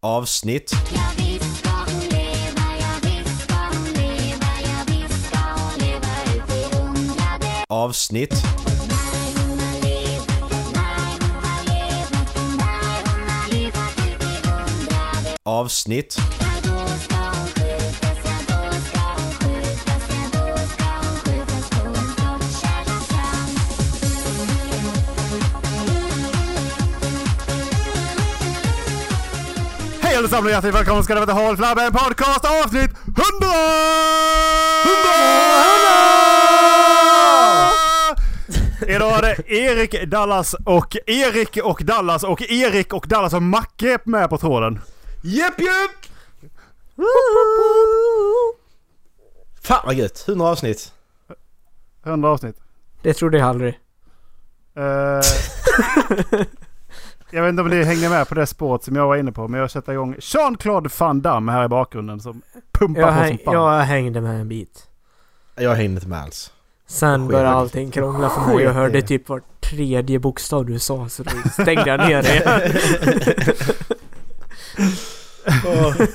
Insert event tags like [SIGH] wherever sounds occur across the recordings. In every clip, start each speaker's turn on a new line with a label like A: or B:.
A: avsnitt.
B: Ja, visst ska hon leva, ja, visst ska hon leva, ja, visst ska hon leva ut i unga dä-
A: Avsnitt.
B: Nej, hon har levat, nej, hon har levat, nej, hon har levat ut i unga dä-
A: Avsnitt.
B: Ja, då ska hon skjutas, ja, då ska hon skjutas, ja, då ska hon skjutas på en skottkärringstrand.
C: Hej allesammans och hjärtligt välkomna ska ni vara till Håll Flabben Podcast avsnitt 100! 100! Idag är det Erik, Dallas och Erik och Dallas och Erik och Dallas och Macke med på tråden.
A: Jepp jepp! Fan vad gött, 100 avsnitt.
C: 100 avsnitt.
D: Det trodde jag aldrig.
C: Eh, [LAUGHS] jag vet inte om ni hänger med på det spåret som jag var inne på men jag sätter igång Jean-Claude Van Damme här i bakgrunden som pumpar
D: Jag,
C: på som
D: häng,
C: fan.
D: jag hängde med en bit.
A: Jag hängde inte med alls.
D: Sen
A: Sket
D: började
A: i-
D: allting krångla för mig. Jag
A: sket i-
D: hörde typ var tredje bokstav du sa så då stängde jag ner det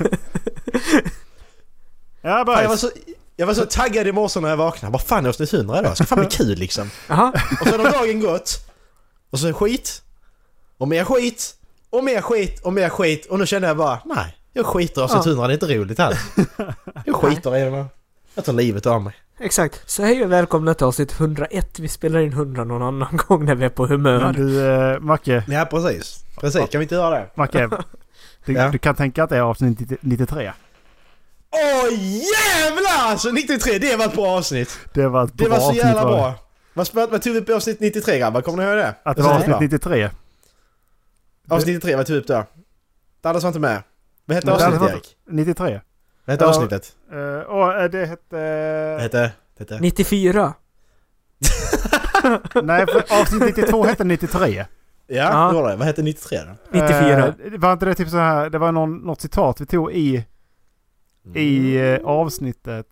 A: [LAUGHS]
D: igen.
A: [LAUGHS]
C: Ja,
A: Fan, jag, var
C: bajs.
A: så, jag var så taggad i morse när jag vaknade. Vad fan är avsnitt 100 idag? Det ska fan bli kul liksom.
D: Jaha,
A: Och sen har dagen gått. Och så skit. Och mer skit. Och mer skit. Och mer skit. Och nu känner jag bara, nej. Jag skiter i avsnitt
D: Ja.
A: 100, det är inte roligt [LAUGHS] alls. Jag skiter i det. Jag tar livet av mig.
D: exakt. Så hej och välkomna till avsnitt 101. Vi spelar in 100 någon annan [LAUGHS] gång när vi är på
C: Men
D: humör.
C: du eh, Macke.
A: Ja, precis. Precis, kan vi inte göra det?
C: Macke, du,
A: Ja.
C: du kan tänka att det är avsnitt 90 93.
A: Åh jävlar! Alltså 93, det var ett bra avsnitt.
C: Det var ett
A: Det
C: bra
A: var så
C: avsnitt,
A: jävla
C: var det?
A: bra. Vad, vad, vad tog vi upp i avsnitt 93 grabbar? Kommer ni ihåg det?
C: Att det var avsnitt
A: Ja.
C: 93.
A: Avsnitt 93, vad tog vi upp då? Dallas var inte med. Vad hette
C: Nej, Dallas
A: avsnittet
C: var
A: Erik?
C: 93.
A: Vad hette
C: Ja.
A: avsnittet?
C: Eh, och eh, det hette...
A: Det hette... Det hette...
D: 94.
C: Nej, för avsnitt 92 hette [LAUGHS] 93.
A: Ja,
D: Ja.
A: det var det. Vad hette 93 då?
D: 94.
C: Eh, var inte det typ så här, det var någon, något citat vi tog i,
A: Mm.
C: i eh, avsnittet.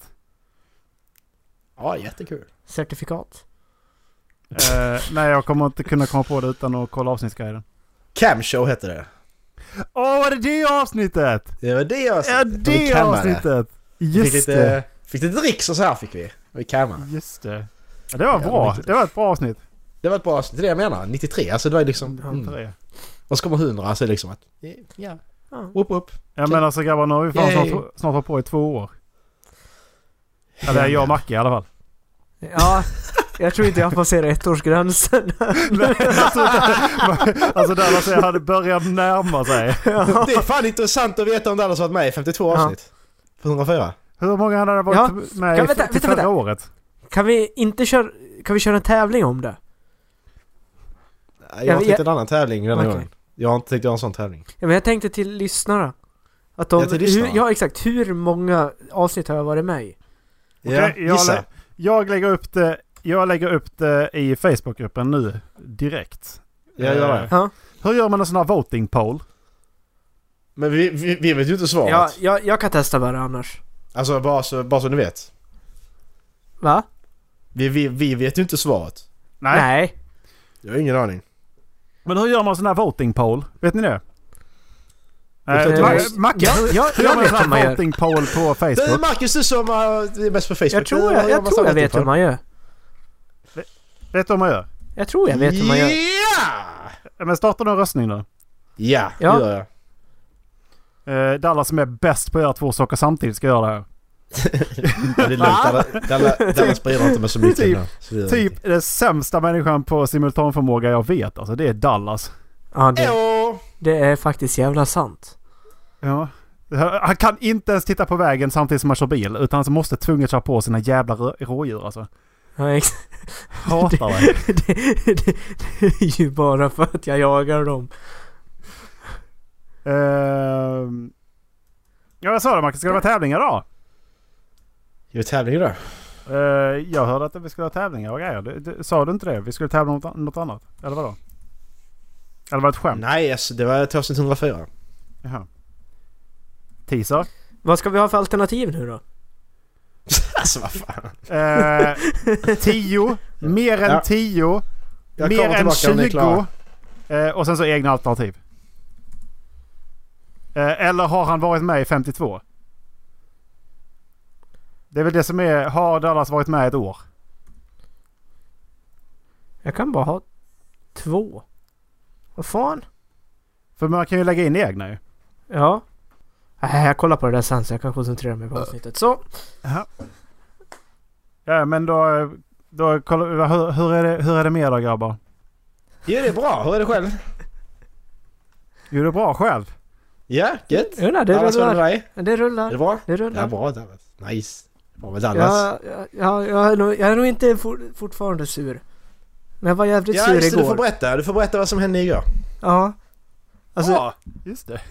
A: Ja, jättekul.
D: Certifikat.
C: Eh, nej, jag kommer inte kunna komma på det utan att kolla avsnittsguiden.
A: Camshow hette det.
C: Åh, var det det avsnitttet?
A: Det var det avsnittet.
C: Ja,
A: Och vi
C: Alltså, det eh,
A: kammade.
C: avsnittet!
A: Fick
C: Just det.
A: lite, fick lite dricks och så här fick vi. Och i kammaren.
C: Just det. Ja, det var
A: Jävla
C: bra.
A: viktigt.
C: Det var ett bra avsnitt.
A: Det var ett bra avsnitt. Det är det jag menar. 93, alltså det var ju liksom... Mm.
C: 93.
A: Och så kommer 100, alltså det är liksom att... Ja.
D: Ja.
A: Whoop, whoop.
C: Ja men alltså grabbar, nu har vi fan
A: Yay.
C: snart, snart varit på i två år. Eller jag och Macke i alla
D: [LAUGHS]
C: fall.
D: Ja, jag tror inte jag passerar ettårsgränsen.
C: alltså, alltså Dallas jag hade börjat närma sig.
A: Det är fan intressant att veta om Dallas varit med i 52
D: Ja.
A: avsnitt. På 104.
C: Hur många hade det varit
D: Ja.
C: med
D: Ja,
C: i
D: vänta,
C: till
D: vänta,
C: förra
D: vänta.
C: året?
D: Kan vi inte köra... Kan vi köra en tävling om det?
A: Jag har
D: vi-
A: tänkt en annan tävling denna
D: Okej.
A: gången. Jag har inte tänkt göra en sån tävling.
D: Ja, men jag tänkte till lyssnarna. Att de,
A: Ja, till lyssnarna.
D: Hur, ja, exakt. Hur många avsnitt har jag varit med i?
A: Ja,
C: jag,
A: gissa.
C: lä- jag lägger upp det, jag lägger upp det i Facebookgruppen nu direkt.
A: Jag gör det.
D: Ja.
C: Hur gör man en sån här voting poll?
A: Men vi, vi, vi vet ju inte svaret.
D: Ja, jag, jag kan testa bara annars.
A: Alltså bara så, bara så ni vet.
D: Va?
A: Vi, vi, vi vet ju inte svaret.
C: Nej.
D: Nej.
A: Jag har ingen aning.
C: Men hur gör man en sån här voting poll? Vet ni det? Eh,
A: Jag tror att det
C: Ma-
D: var-
C: Macke,
D: Ja,
C: hur-
D: ja,
C: hur
D: jag
C: gör man en
D: vet
C: sån
D: hur man
C: här
D: gör.
C: voting poll på
A: Du
C: Facebook?
A: Marcus, du som eh, är bäst på Facebook.
D: Jag tror
A: Du
D: jag, jag,
A: jobbar
D: tror jag
A: samtidigt
D: vet
A: på
D: hur man gör.
C: Vet du vad man gör?
D: Jag tror jag vet hur man gör.
A: Ja!
C: Ja, Men starta en röstning nu.
A: Ja, det
D: Ja.
A: gör jag.
C: Eh, Dallas som är bäst på att göra två saker samtidigt ska göra det här.
A: Men det är lugnt. [LAUGHS] Dallas- Dallas- Dallas bryr inte mig så mycket.
C: Typ-
A: nu, så det gör ingenting.
C: Typ den sämsta människan på simultanförmåga jag vet alltså, det är Dallas.
D: Ja, det,
A: Eå!
D: det är faktiskt jävla sant.
C: Ja. Eh, Han kan inte ens titta på vägen samtidigt som han kör bil, utan han måste tvunget köra på sina jävla rå- rådjur alltså.
D: Ja, ex- [LAUGHS]
C: Hatar det.
D: det, det, det är ju bara för att jag jagar dem.
C: Ehm. ja, jag sa det Marcus, ska det vara tävlingar då?
A: Gör vi tävling idag?
C: Eh, jag hörde att vi skulle ha tävlingar och grejer. Du, du, sa du inte det? Vi skulle tävla om något, något annat? Eller vadå? Eller var det ett skämt?
A: Nej, alltså, det var 2104.
C: Jaha. Teaser?
D: Vad ska vi ha för alternativ nu då?
A: Alltså vad fan.
C: [LAUGHS] Eh, tio, mer än
A: Ja.
C: tio,
A: Jag
C: mer
A: kommer
C: än
A: tillbaka om ni är klara.
C: tjugo. Eh, och sen så egna alternativ. Eh, Eller har han varit med i 52? Det är väl det som är, har Dallas varit med ett år?
D: Jag kan bara ha två. Vad fan?
C: För man kan ju lägga in egna ju.
D: Ja. Nej, jag kollar på det där sen så jag kan koncentrera mig på avsnittet. Så.
C: Ja men då, då kolla, hur, hur, är det, hur är det med er då grabbar?
A: Jo, det är bra. Hur är det själv?
C: Jo det är bra själv.
A: Ja, gött.
D: Jo, nej, det
A: Dallas, hur är det
D: rullar.
A: med dig?
D: Det
A: Är det
D: rullar.
A: bra?
D: Det
A: Ja,
D: rullar.
A: bra Dallas. Nice. Bra med Dallas.
D: Ja, ja, ja, jag, är nog, jag är nog inte for, fortfarande sur. Men jag var jävligt
A: Ja,
D: sur
A: just det, du får
D: igår.
A: berätta. Du får berätta vad som hände igår.
D: ja. [LAUGHS] Alltså,
C: ja, just det.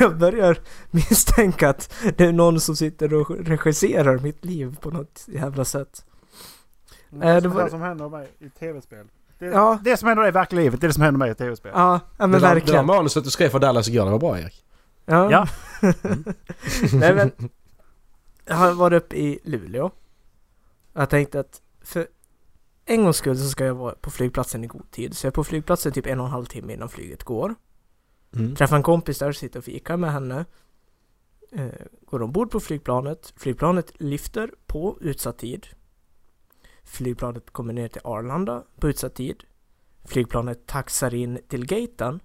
D: jag börjar misstänka att det är någon som sitter och regisserar mitt liv på något jävla sätt. Eh, det
C: det
D: var-
C: som händer mig i tv-spel. Det,
D: Ja.
C: det som händer dig i verkliga livet, det är det som händer mig i tv-spel.
D: Ja, ja men
A: det var,
D: verkligen.
A: Det var manuset du skrev för Dallas igår. Det var bra Erik.
D: Ja.
C: Ja.
D: Nej men. Jag har varit uppe i Luleå. Jag tänkte att för en gångs skull så ska jag vara på flygplatsen i god tid. Så jag är på flygplatsen typ en och en halv timme innan flyget går.
A: Mm.
D: Träffar en kompis där, sitter och fikar med henne. Eh, går ombord på flygplanet. Flygplanet lyfter på utsatt tid. Flygplanet kommer ner till Arlanda på utsatt tid. Flygplanet taxar in till gaten.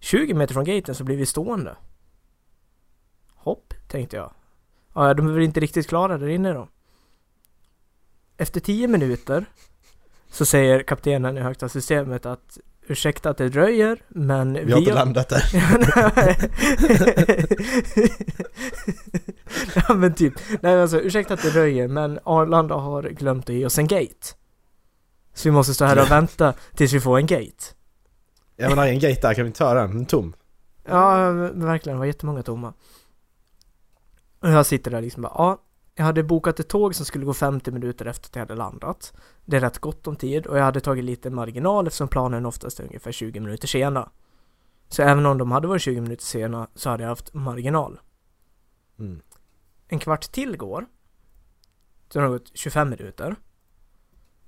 D: 20 meter från gaten så blir vi stående. Hopp, tänkte jag. Ja, de är väl inte riktigt klara där inne då. Efter 10 minuter så säger kaptenen i högsta systemet att ursäkta att det dröjer men
A: Vi har inte landat där.
D: [LAUGHS] ja men typ, nej men alltså ursäkta att det dröjer men Arlanda har glömt att ge oss en gate. Så vi måste stå här och vänta tills vi får en gate.
A: Ja men där är en gate där, kan vi inte ta den? Den är tom.
D: Ja, men verkligen. Det var jättemånga tomma. Och jag sitter där liksom bara, ja. Jag hade bokat ett tåg som skulle gå 50 minuter efter att jag hade landat. Det är rätt gott om tid och jag hade tagit lite marginal eftersom planen oftast är ungefär 20 minuter sena. Så även om de hade varit 20 minuter sena så hade jag haft marginal.
A: Mm.
D: En kvart till går. Så har det gått 25 minuter.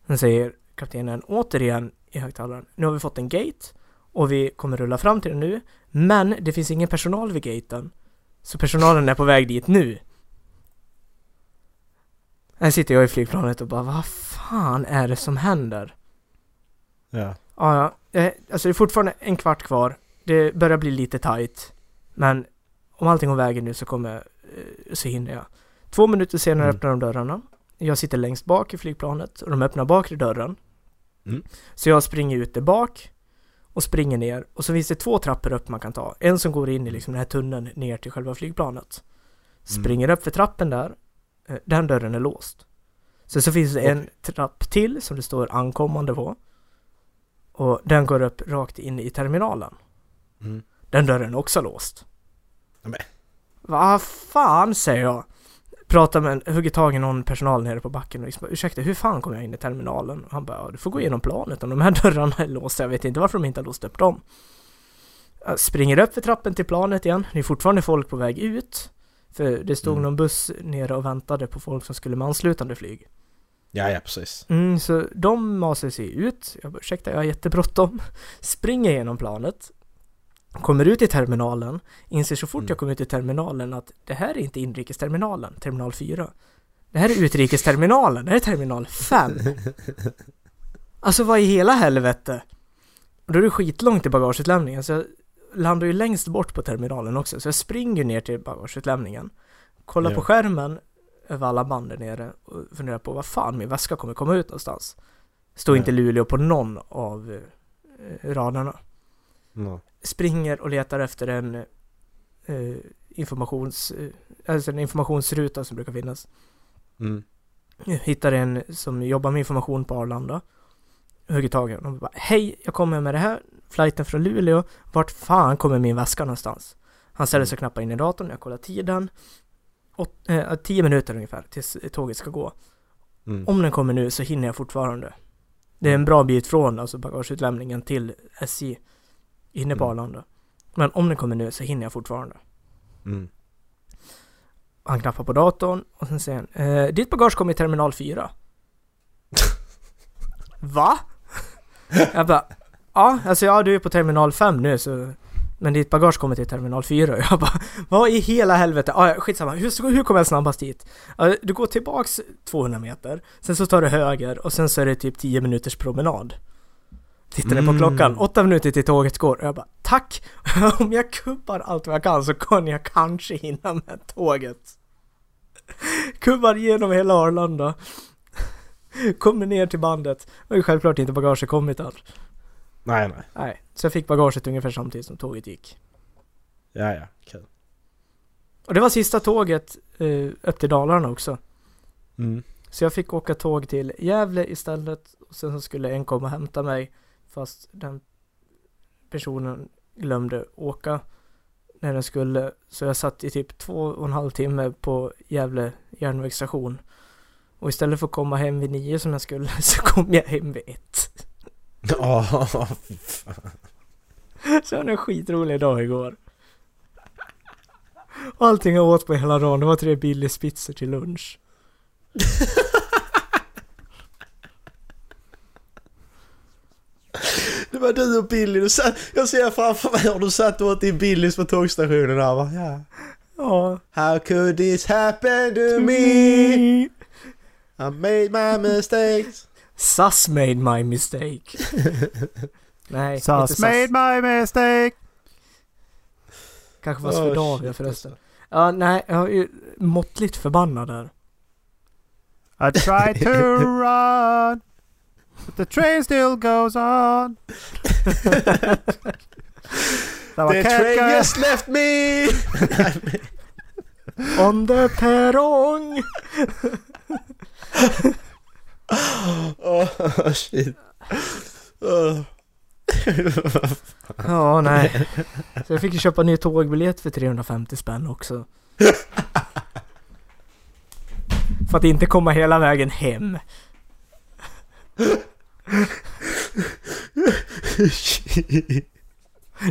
D: Sen säger kaptenen återigen i högtalaren. Nu har vi fått en gate och vi kommer rulla fram till den nu. Men det finns ingen personal vid gaten. Så personalen är på väg dit nu. Här sitter jag i flygplanet och bara vad fan är det som händer?
A: Ja.
D: Ja, ja. Eh, Alltså det är fortfarande en kvart kvar. Det börjar bli lite tight. Men om allting går vägen nu så kommer, eh, så hinner jag. Två minuter senare
A: Mm.
D: öppnar de dörrarna. Jag sitter längst bak i flygplanet och de öppnar bakre dörren.
A: Mm.
D: Så jag springer ut där bak och springer ner. Och så finns det två trappor upp man kan ta. En som går in i liksom den här tunneln ner till själva flygplanet.
A: Mm.
D: Springer upp för trappen där. Eh, Den dörren är låst. Sen så finns det en trapp till som det står ankommande på. Och den går upp rakt in i terminalen.
A: Mm.
D: Den dörren är också låst.
A: Nämen.
D: Vad fan säger jag. Pratar med, en- hugger tag i någon personal nere på backen och liksom bara, ursäkta hur fan kom jag in i terminalen? Och han bara, ja, du får gå igenom planet om de här [LAUGHS] dörrarna är låsta. Jag vet inte varför de inte har låst upp dem. Jag springer upp för trappen till planet igen. Det är fortfarande folk på väg ut. För det stod
A: Mm.
D: någon buss nere och väntade på folk som skulle med anslutande flyg.
A: Ja, ja precis.
D: Mm, så de masar sig ut. Jag bara, ursäkta, jag har jättebråttom. [LAUGHS] Springer genom planet. Kommer ut i terminalen. Inser så fort
A: Mm.
D: jag kommer ut i terminalen att det här är inte inrikesterminalen, terminal 4. Det här är utrikesterminalen, det här är terminal 5. Alltså vad i hela helvete? Och Då är det skitlångt till bagageutlämningen så jag landar ju längst bort på terminalen också så jag springer ner till bagageutlämningen. Kollar
A: Ja.
D: på skärmen över alla band där nere och funderar på vad fan min väska kommer komma ut någonstans. Står
A: Ja.
D: inte Luleå på någon av eh, raderna.
A: Ja.
D: Springer och letar efter en eh, informations, eh, alltså en informationsruta som brukar finnas.
A: Mm.
D: Jag hittar en som jobbar med information på Arlanda. Hugger tag i honom och bara Hej, jag kommer med det här. Flighten från Luleå. Vart fan kommer min väska någonstans? Han ställer sig och knappar in i datorn. Jag kollar tiden. Åt, eh, tio minuter ungefär tills tåget ska gå.
A: Mm.
D: Om den kommer nu så hinner jag fortfarande. Det är en bra bit från alltså bagageutlämningen till SJ. Inne på
A: Mm.
D: Arlanda. Men om den kommer nu så hinner jag fortfarande.
A: Mm.
D: Han knappar på datorn och sen säger han eh, Ditt bagage kommer i terminal 4 Va? Jag bara Ja, alltså ja du är på terminal 5 nu så Men ditt bagage kommer till terminal 4 och [LAUGHS] jag bara Vad i hela helvete? Ah, ja, skitsamma, hur, hur kommer jag snabbast dit? Ja, du går tillbaks 200 meter, sen så tar du höger och sen så är det typ 10 minuters promenad. Tittar ni på
C: Mm.
D: klockan, 8 minuter till tåget går och jag bara Tack! [LAUGHS] Om jag kubbar allt vad jag kan så kan jag kanske hinna med tåget. [LAUGHS] Kubbar genom hela Arlanda. [LAUGHS] Kommer ner till bandet. Och självklart inte bagaget kommit än.
A: Nej, nej.
D: Nej, så jag fick bagaget ungefär samtidigt som tåget gick.
A: Ja, ja. Kul.
D: Och det var sista tåget eh, upp till Dalarna också.
A: [LAUGHS] Mm.
D: Så jag fick åka tåg till Gävle istället. Och sen så skulle en komma och hämta mig. Fast den personen glömde åka när den skulle. Så jag satt i typ två och en halv timme på Gävle järnvägsstation. Och istället för att komma hem vid nio som jag skulle [LAUGHS] så kom jag hem vid ett.
A: Ja, fy fan.
D: Så jag hade en skitrolig dag igår. Och Allting jag åt på hela dagen, det var tre billiga spitser till lunch.
A: Det var du och Billy. Du satt, jag ser framför mig hur du satt och åt din Billys på tågstationen där va? Ja.
D: Ja.
A: How could this happen to me? I made my mistakes.
D: SAS made
A: [LAUGHS]
D: my mistake. Nej, inte
C: SAS
D: SAS.
C: made my mistake.
D: Kanske var
A: Oh,
D: Swedavia
A: shit,
D: förresten. Ja, nej, jag är ju måttligt förbannad där.
C: I tried
D: [LAUGHS]
C: to run. But the train still goes
D: [LAUGHS]
C: on. Det var
A: The train
C: kaka.
A: just left me!
D: On the perrong!
A: Oh shit. Oh. [LAUGHS]
D: Ja, nej. Så jag fick ju köpa en ny tågbiljett för 350
A: [LAUGHS]
D: spänn också. För att inte komma hela vägen hem.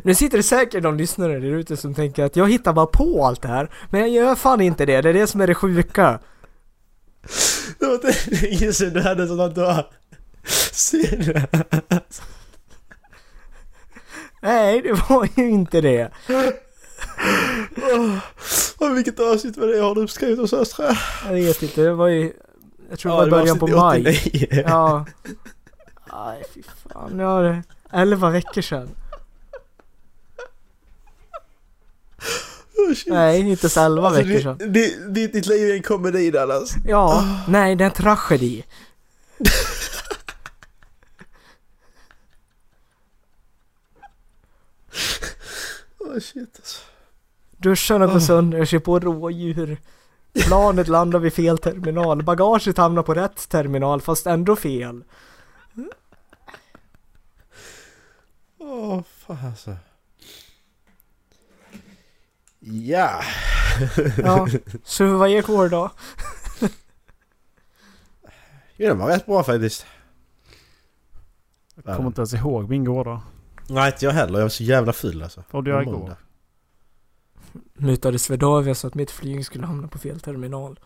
D: Nu sitter det säkert någon lyssnare där ute som tänker att jag hittar bara på allt det här. Men jag gör fan inte det, det är det som är det sjuka.
A: Det var inte länge sedan du hade sådant där. Ser du?
D: [LAUGHS] Nej, det var ju inte det.
A: Och vilket avsnitt var det? Har du skrivit hos Östra?
D: Jag vet inte, det var ju... Jag tror det var i början på maj.
A: Ja.
D: Ja. Aj, fy fan. Nu har det... 11 veckor sedan.
A: Oh, shit.
D: Nej, inte så 11
A: Alltså,
D: veckor sedan.
A: di- di- Ditt, ditt liv är en komedi Dallas.
D: Ja, nej det är en tragedi.
A: Oh, shit alltså.
D: Duscharna går sönder, jag kör på rådjur. Planet landar vid fel terminal. Bagaget hamnar på rätt terminal fast ändå fel.
A: Åh, fan alltså. Ja.
D: Ja, så hur var ert år då?
A: Jo, den var rätt bra faktiskt.
C: Kommer inte ens ihåg min gårdag.
A: Nej, inte jag heller. Jag var så jävla full alltså.
C: Vad jag
A: På
C: igår.
A: måndag.
D: Mutade Swedavia så att mitt flyg skulle hamna på fel terminal.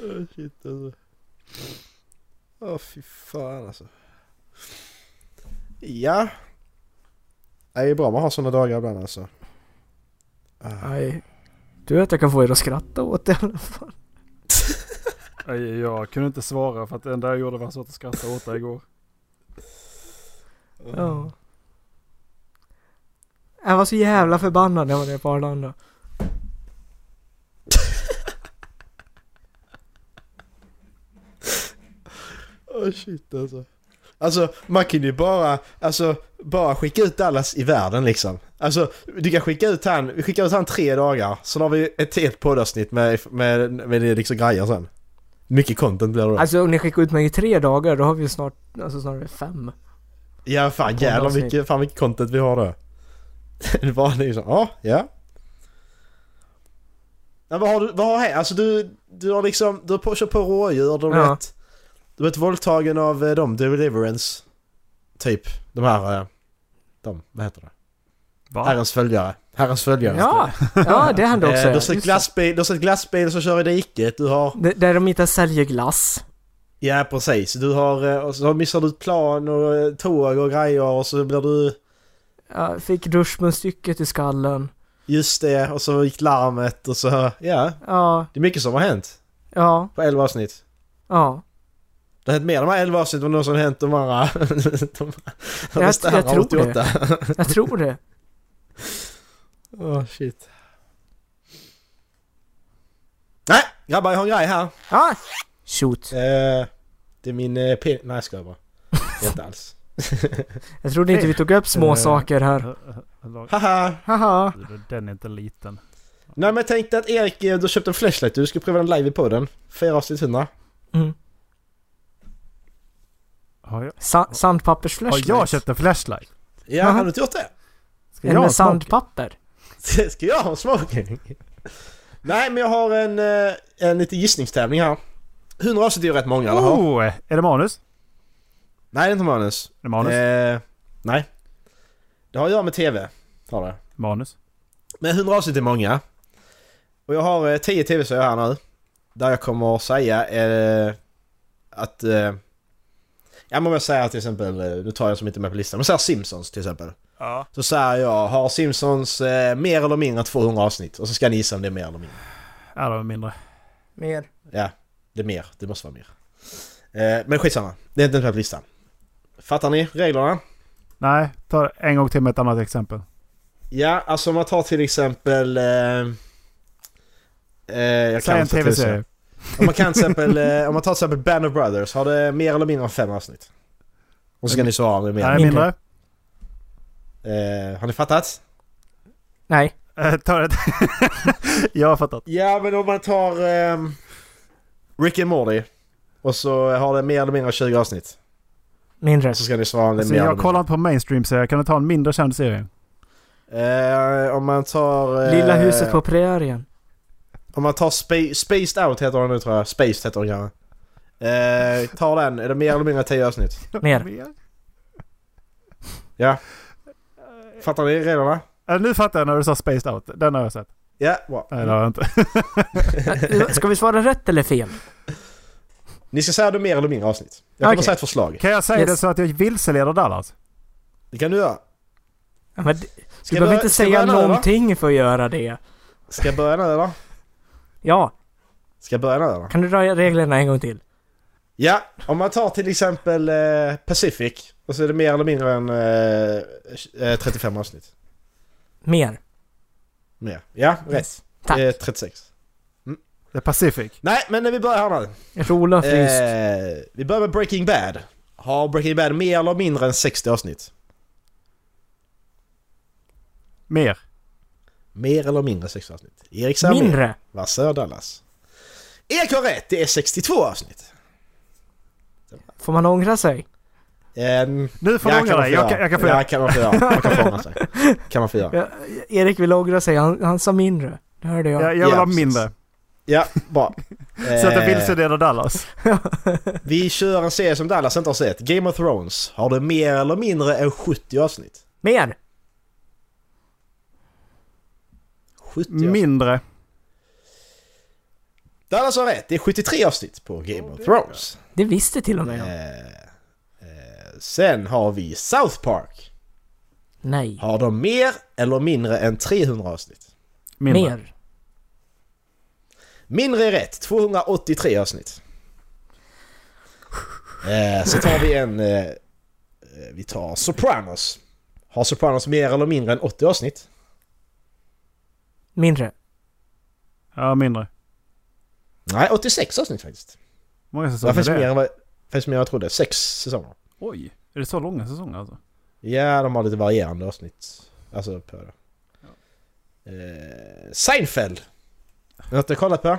A: Åh, shit alltså. Åh, fy fan alltså. Ja. Det är bra man har såna dagar ibland alltså. Ah.
D: Nej. Du vet att jag kan få er att skratta åt det.
C: Nej, Jag kunde inte svara för att det enda jag gjorde var att jag skrattade åt dig igår.
D: Ja. Jag var så jävla förbannad när jag var nere på Arlanda.
A: Åh, shit alltså. Alltså man kan ju bara, alltså, bara skicka ut Dallas i världen liksom. Alltså du kan skicka ut han, vi skickar ut han tre dagar, sen har vi ett helt poddavsnitt med, med, med det liksom grejer sen. Mycket content blir det då.
D: Alltså om ni skickar ut mig i tre dagar då har vi ju snart, alltså snarare fem.
A: Ja fan jävlar
D: poddavsnitt.
A: mycket, fan mycket content vi har då. [LAUGHS] det var liksom, ja, ja. Ja, vad har du, vad har hänt? Alltså du, du har liksom, du har på, kört på rådjur, du har
D: Ja.
A: blivit, du har blivit våldtagen av eh, dem, Deliverance. Typ, de här, eh, de, vad heter det?
C: Va?
A: Herrens följare. Herrens följare.
D: Ja, ja det hände också.
A: Eh, du har
D: ja.
A: sett glassbil, du har sett glassbil som kör i diket, du har...
D: D- Där de inte säljer glass.
A: Ja, precis. Du har, eh, och så missar du ett plan och eh, tåg och grejer och så blir du...
D: Jag fick duschmunstycket i skallen.
A: Just det, och så gick larmet och så... Ja,
D: Ja,
A: det är mycket som har hänt
D: ja,
A: på 11 avsnitt.
D: ja.
A: Det har hänt mer de här 11 avsnitten än någonsin har hänt de andra... [LAUGHS] de, de
D: Jag-
A: resterande
D: jag tror det.
A: 88.
D: Jag tror det.
A: Åh shit. Nej, grabbar jag har en grej här.
D: Ah! Shoot.
A: Eh, det är min eh, pe- Nej jag skojar bara. Det är Inte alls. [LAUGHS]
D: Jag trodde inte vi tog upp små
C: Eh.
D: saker här.
A: Haha!
D: Haha.
C: Den är inte liten.
A: Nej men jag tänkte att Erik, eh, du har köpt en flashlight du ska prova den live i podden. Fyra avsnitt hundra.
D: Mm.
C: Har jag,
D: Sa- sandpappersflashlight.
C: har jag köpt en flashlight?
A: Ja,
D: Aha.
A: har du inte gjort det?
C: Ska
D: en
C: jag ha
D: med
C: en smoking?
D: sandpapper?
A: [LAUGHS] Ska jag ha en smoking? Nej men jag har en, eh, en lite gissningstävling här. 100 avsnitt är ju rätt många, eller hur?
C: Oh, är det manus?
A: Nej det är inte manus.
C: Är det manus?
A: Eh, nej. Det har att göra med TV. Har det.
C: Manus?
A: Men 100 avsnitt är många. Och jag har eh, 10 tv-serier här nu. Där jag kommer att säga eh, att... Eh, ja men om jag säger till exempel, eh, nu tar jag som inte är med på listan, men säger Simpsons till exempel.
C: Ja.
A: Så säger jag, har Simpsons eh, mer eller mindre än 200 avsnitt? Och så ska ni gissa om det är mer eller mindre.
C: Ja, det var mindre.
D: Mer.
A: Ja, det är mer. Det måste vara mer. Eh, men skitsamma, det är inte med på listan. Fattar ni reglerna?
C: Nej, ta det en gång till med ett annat exempel.
A: Ja, alltså om man tar till exempel... Eh, eh, jag
C: Säg
A: kan
C: en
A: inte till exempel-
C: tv-serie.
A: Om man kan till exempel, eh, om man tar till exempel Band of Brothers, har det mer eller mindre än fem avsnitt? Och så ska ni svara om det är mer.
C: Nej,
D: Mindre.
C: mindre.
A: Eh, har ni fattat?
D: Nej.
C: Eh, ta det. [LAUGHS] jag har fattat.
A: Ja, men om man tar ehm, Rick and Morty och så har det mer eller mindre än 20 avsnitt.
D: Mindre.
A: Så ska ni svara om det är
C: Alltså,
A: mer eller
C: jag
A: mindre.
C: kollar inte på mainstream-serier. Kan du ta en mindre känd serie?
A: Eh, om man tar... eh,
D: Lilla huset på prärien.
A: Om man tar spa- Spaced Out heter den nu tror jag. Spaced heter den kanske. Eh, tar den, är det mer eller mindre än 10 avsnitt?
D: [LAUGHS] Mer.
A: Fattar ni reglerna?
C: Eh, Nu fattar jag när du sa Spaced Out. Den har jag sett.
A: Ja, bra.
C: Nej, det har jag inte.
D: Eh, Ska vi svara rätt eller fel?
A: Ni ska säga det är mer eller mindre avsnitt. Jag kommer
D: Okej.
A: säga ett förslag.
C: Kan jag säga
D: Yes.
C: det så att jag vilseleder Dallas?
A: Det kan du göra.
D: Ja, men d-
A: Ska
D: du behöver
A: jag-
D: inte
A: ska jag
D: säga
A: börja nu, eller?
D: någonting för att göra det.
A: Ska jag börja nu eller?
D: Ja,
A: Ska jag börja nu eller?
D: kan du dra reglerna en gång till?
A: Ja, om man tar till exempel eh, Pacific och så är det mer eller mindre än eh, eh, 35 avsnitt.
D: Mer.
A: Mer. Ja, rätt.
D: Yes. Tack.
A: Eh, 36.
C: Det är Pacific.
A: Nej, men när vi börjar här nu.
D: Rola fryst.
A: Eh, vi börjar med Breaking Bad. Har Breaking Bad mer eller mindre än 60 avsnitt?
C: Mer.
A: Mer eller mindre än 60 avsnitt? Erik Samir.
D: Mindre.
A: Vad säger Dallas? Erik har rätt, det är 62 avsnitt.
D: Får man ångra sig?
A: Ehm,
C: Nu får
A: ja,
C: du ångra
A: man
C: dig. Jag, kan- jag kan få
A: göra. Ja,
C: göra.
A: kan man få göra. Man kan få ångra
C: [LAUGHS]
A: sig. Kan man få göra.
D: Ja, Erik vill ångra sig, han, han sa mindre. Det hörde jag.
C: Jag, jag vill
A: Ja,
C: ha
A: precis.
C: mindre.
A: Ja, bra.
C: [LAUGHS] Så att jag
A: Eh,
C: vilseleder Dallas.
A: Vi kör en serie som Dallas inte har sett. Game of Thrones. Har det mer eller mindre än 70 avsnitt?
D: Mer!
A: 70 avsnitt.
C: Mindre.
A: Dallas har rätt. Det är 73 avsnitt på Game of Thrones.
D: Det visste till och med jag.
A: Eh, eh, sen har vi South Park.
D: Nej.
A: Har de mer eller mindre än 300 avsnitt?
C: Mindre.
D: Mer.
A: Mindre är rätt. 283 avsnitt. Eh, så tar vi en... Eh, eh, vi tar Sopranos. Har Sopranos mer eller mindre än 80 avsnitt?
D: Mindre.
C: Ja, mindre.
A: Nej, 86 avsnitt faktiskt.
C: Hur många säsonger
A: Det finns
C: är
A: mer
C: det?
A: än vad, finns mer än jag trodde. Sex säsonger.
C: Oj. Är det så långa säsonger alltså?
A: Ja, de har lite varierande avsnitt. Alltså på det. Eh, Seinfeld! Har inte kollat på?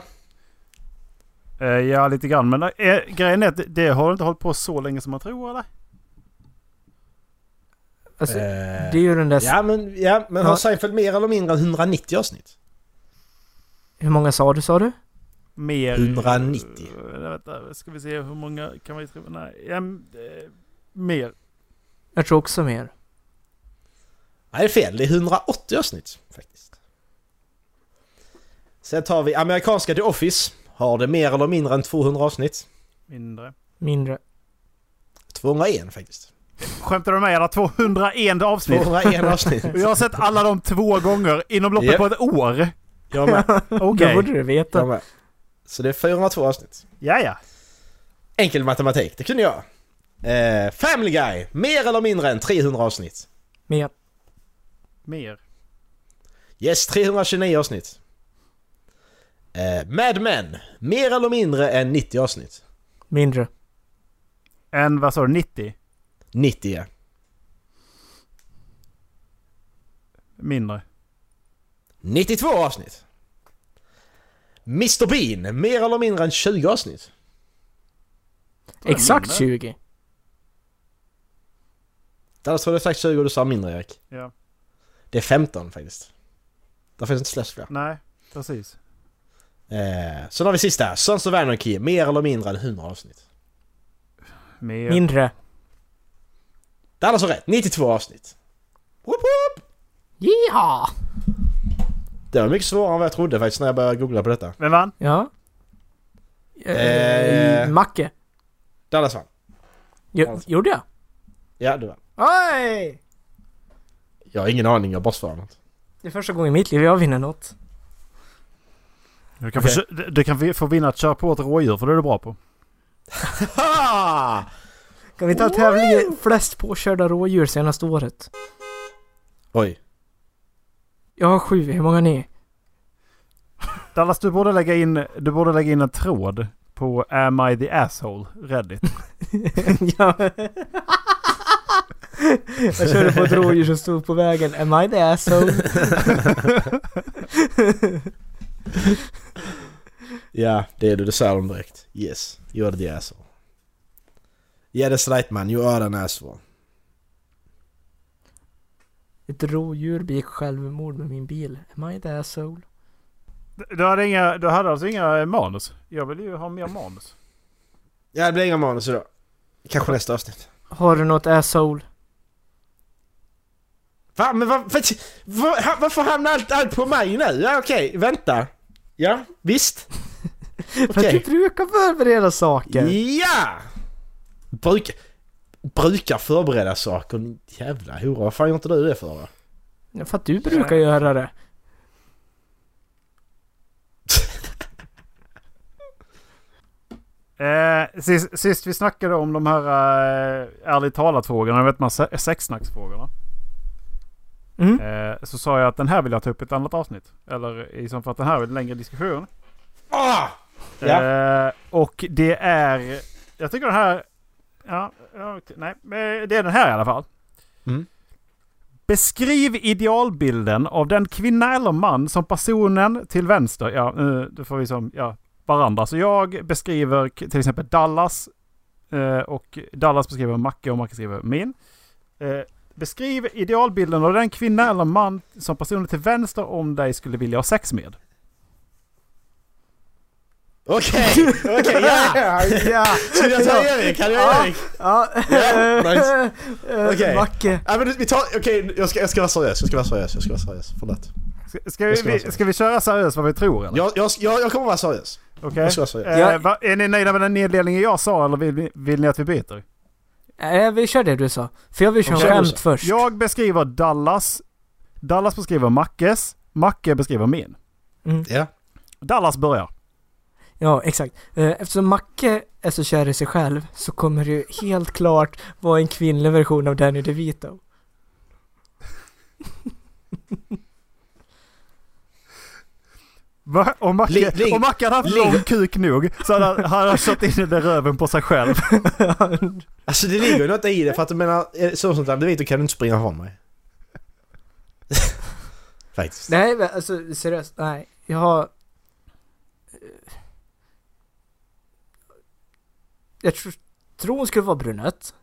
C: Eh, ja, lite grann. Men eh, grejen är att det- det har inte hållit på så länge som man tror eller?
D: Alltså,
A: Eh,
D: det är ju den där...
A: ja, men, ja, men har
D: Ja.
A: Seinfeld mer eller mindre än 190 avsnitt?
D: Hur många sa du, sa du?
C: Mer...
A: 190.
C: Eh, vänta, ska vi se hur många kan vi tro? Nej, em, eh, mer.
D: Jag tror också mer.
A: Nej, det är fel. Det är 180 avsnitt faktiskt. Sen tar vi amerikanska The Office. Har det mer eller mindre än 200 avsnitt?
C: Mindre.
D: Mindre.
A: 201 faktiskt.
C: Skämtar du med mig? Alla 201 avsnitt.
A: 201 avsnitt.
C: Och jag har sett alla de två gånger inom loppet
A: Japp.
C: på ett år.
A: Jag med.
C: [LAUGHS] Okej.
D: Då borde du
A: Jag
D: veta.
A: med. Så det är 402 avsnitt.
C: Ja, ja.
A: Enkel matematik, det kunde jag. Eh, Family Guy, mer eller mindre än 300 avsnitt.
D: Mer.
C: Mer.
A: Yes, 329 avsnitt. Eh, Mad Men, mer eller mindre än 90 avsnitt.
D: Mindre.
C: Än vad sa du? 90?
A: 90 ja.
C: Mindre.
A: 92 avsnitt. Mr Bean, mer eller mindre än 20 avsnitt.
D: Exakt 20.
A: Dallas hade sagt 20 och du sa mindre Erik.
C: Ja.
A: Det är 15 faktiskt. Där finns inte släpps fler.
C: Nej, precis.
A: Eh, sen har vi sista, Sons of Anarchy, mer eller mindre än 100 avsnitt.
C: Mer.
D: Mindre.
A: Dallas har rätt, 92 avsnitt. Woop woop!
D: Jaha!
A: Det var mycket svårare än vad jag trodde faktiskt när jag började googla på detta.
C: Vem vann?
D: Ja.
A: Eh.
D: Eh, Macke.
A: Dallas vann.
D: Jo, gjorde jag?
A: Ja, du vann.
D: Oj!
A: Jag har ingen aning, jag bara svarar något.
D: Det är första gången i mitt liv jag vinner något.
C: Du kan,
A: Okej.
C: få, du kan vi- få vinna att köra på ett rådjur för det är du bra på.
A: Ha!
D: Kan vi ta tävlingen flest påkörda rådjur senaste året?
A: Oj.
D: Jag har sju, hur många har ni?
C: Dallas, du borde lägga in, du borde lägga in en tråd på Am I the asshole? Reddit.
D: ja. jag körde på ett rådjur som stod på vägen. Am I the asshole?
A: Ja, det är du. Det säger de direkt. Yes, you are the asshole. Yeah, that's right man. You are an asshole.
D: Ett rådjur begick självmord med min bil. Am I the asshole?
C: [LAUGHS] Du hade, inga, du hade alltså inga eh, manus? Jag vill ju ha mer manus.
A: Ja, det blir inga manus idag. Kanske nästa avsnitt.
D: Har du något asshole?
A: Va? Men va, va, va, ha- varför hamnar allt, allt på mig nu? Ja, okej. Vänta. Ja, visst.
D: För att
A: Okej.
D: du brukar förbereda saker.
A: Ja! Bruk, brukar förbereda saker. Ni Jävla hora. Vad fan gör inte du det för? va?
D: Ja, För att du brukar göra det.
C: Eh, sist, sist vi snackade om de här eh, ärligt talat-frågorna, jag vet man se- sexsnacksfrågorna.
D: Mm.
C: Eh, så sa jag att den här vill jag ta upp i ett annat avsnitt. Eller i så fall att den här är en längre diskussion.
A: Ah! Ja.
C: Eh, och det är... Jag tycker den här... Ja, ja, okej, nej. men Det är den här i alla fall.
A: Mm.
C: Beskriv idealbilden av den kvinna eller man som personen till vänster... Ja, eh, då får vi som... Ja, varandra. Så jag beskriver k- till exempel Dallas. eh, Och Dallas beskriver Macke och Macke skriver min. Eh, Beskriv idealbilden av den kvinna eller man som personen till vänster om dig skulle vilja ha sex med.
A: Okej, okej, ja!
D: [LAUGHS] ja.
A: Ska jag ta Erik? Kan jag
D: Ja.
A: Erik?
D: ja.
A: Ja, nice.
D: Eh,
A: Okej.
D: Macke.
A: Ja, men vi tar... Okej, jag, ska, jag ska vara seriös. Jag ska vara seriös. Jag ska vara seriös. Förlåt.
C: Ska, ska,
A: Jag ska
C: vi,
A: vara så.
C: ska vi köra seriöst vad vi tror eller?
A: Jag, jag, jag, jag kommer vara seriös.
C: Okej.
A: jag ska vara så.
C: Eh,
D: Ja.
C: va, är ni nöjda med den neddelningen jag sa eller vill, vill ni att vi byter?
D: Eh, vi kör det du sa. För jag vill köra
A: Okej.
D: skämt först.
C: Jag beskriver Dallas. Dallas beskriver Mackes. Macke beskriver min.
D: Mm.
A: Ja.
C: Dallas börjar.
D: Ja, exakt. Eh, Eftersom Macke är så kär i sig själv så kommer det ju helt klart vara en kvinnlig version av Danny DeVito.
C: Va? Om Macke,
A: Ligg- ligg-
C: om Macke hade haft
A: ligg.
C: lång kuk nog så hade han- hade han kört in i den röven på sig själv.
A: Alltså det ligger ju något i det för att jag menar, är det så sånt där, du vet, du kan du inte springa ifrån [LAUGHS] mig. Faktiskt.
D: nej, men alltså seriöst, nej. Jag har... eh, Jag tr- tror hon skulle vara brunett.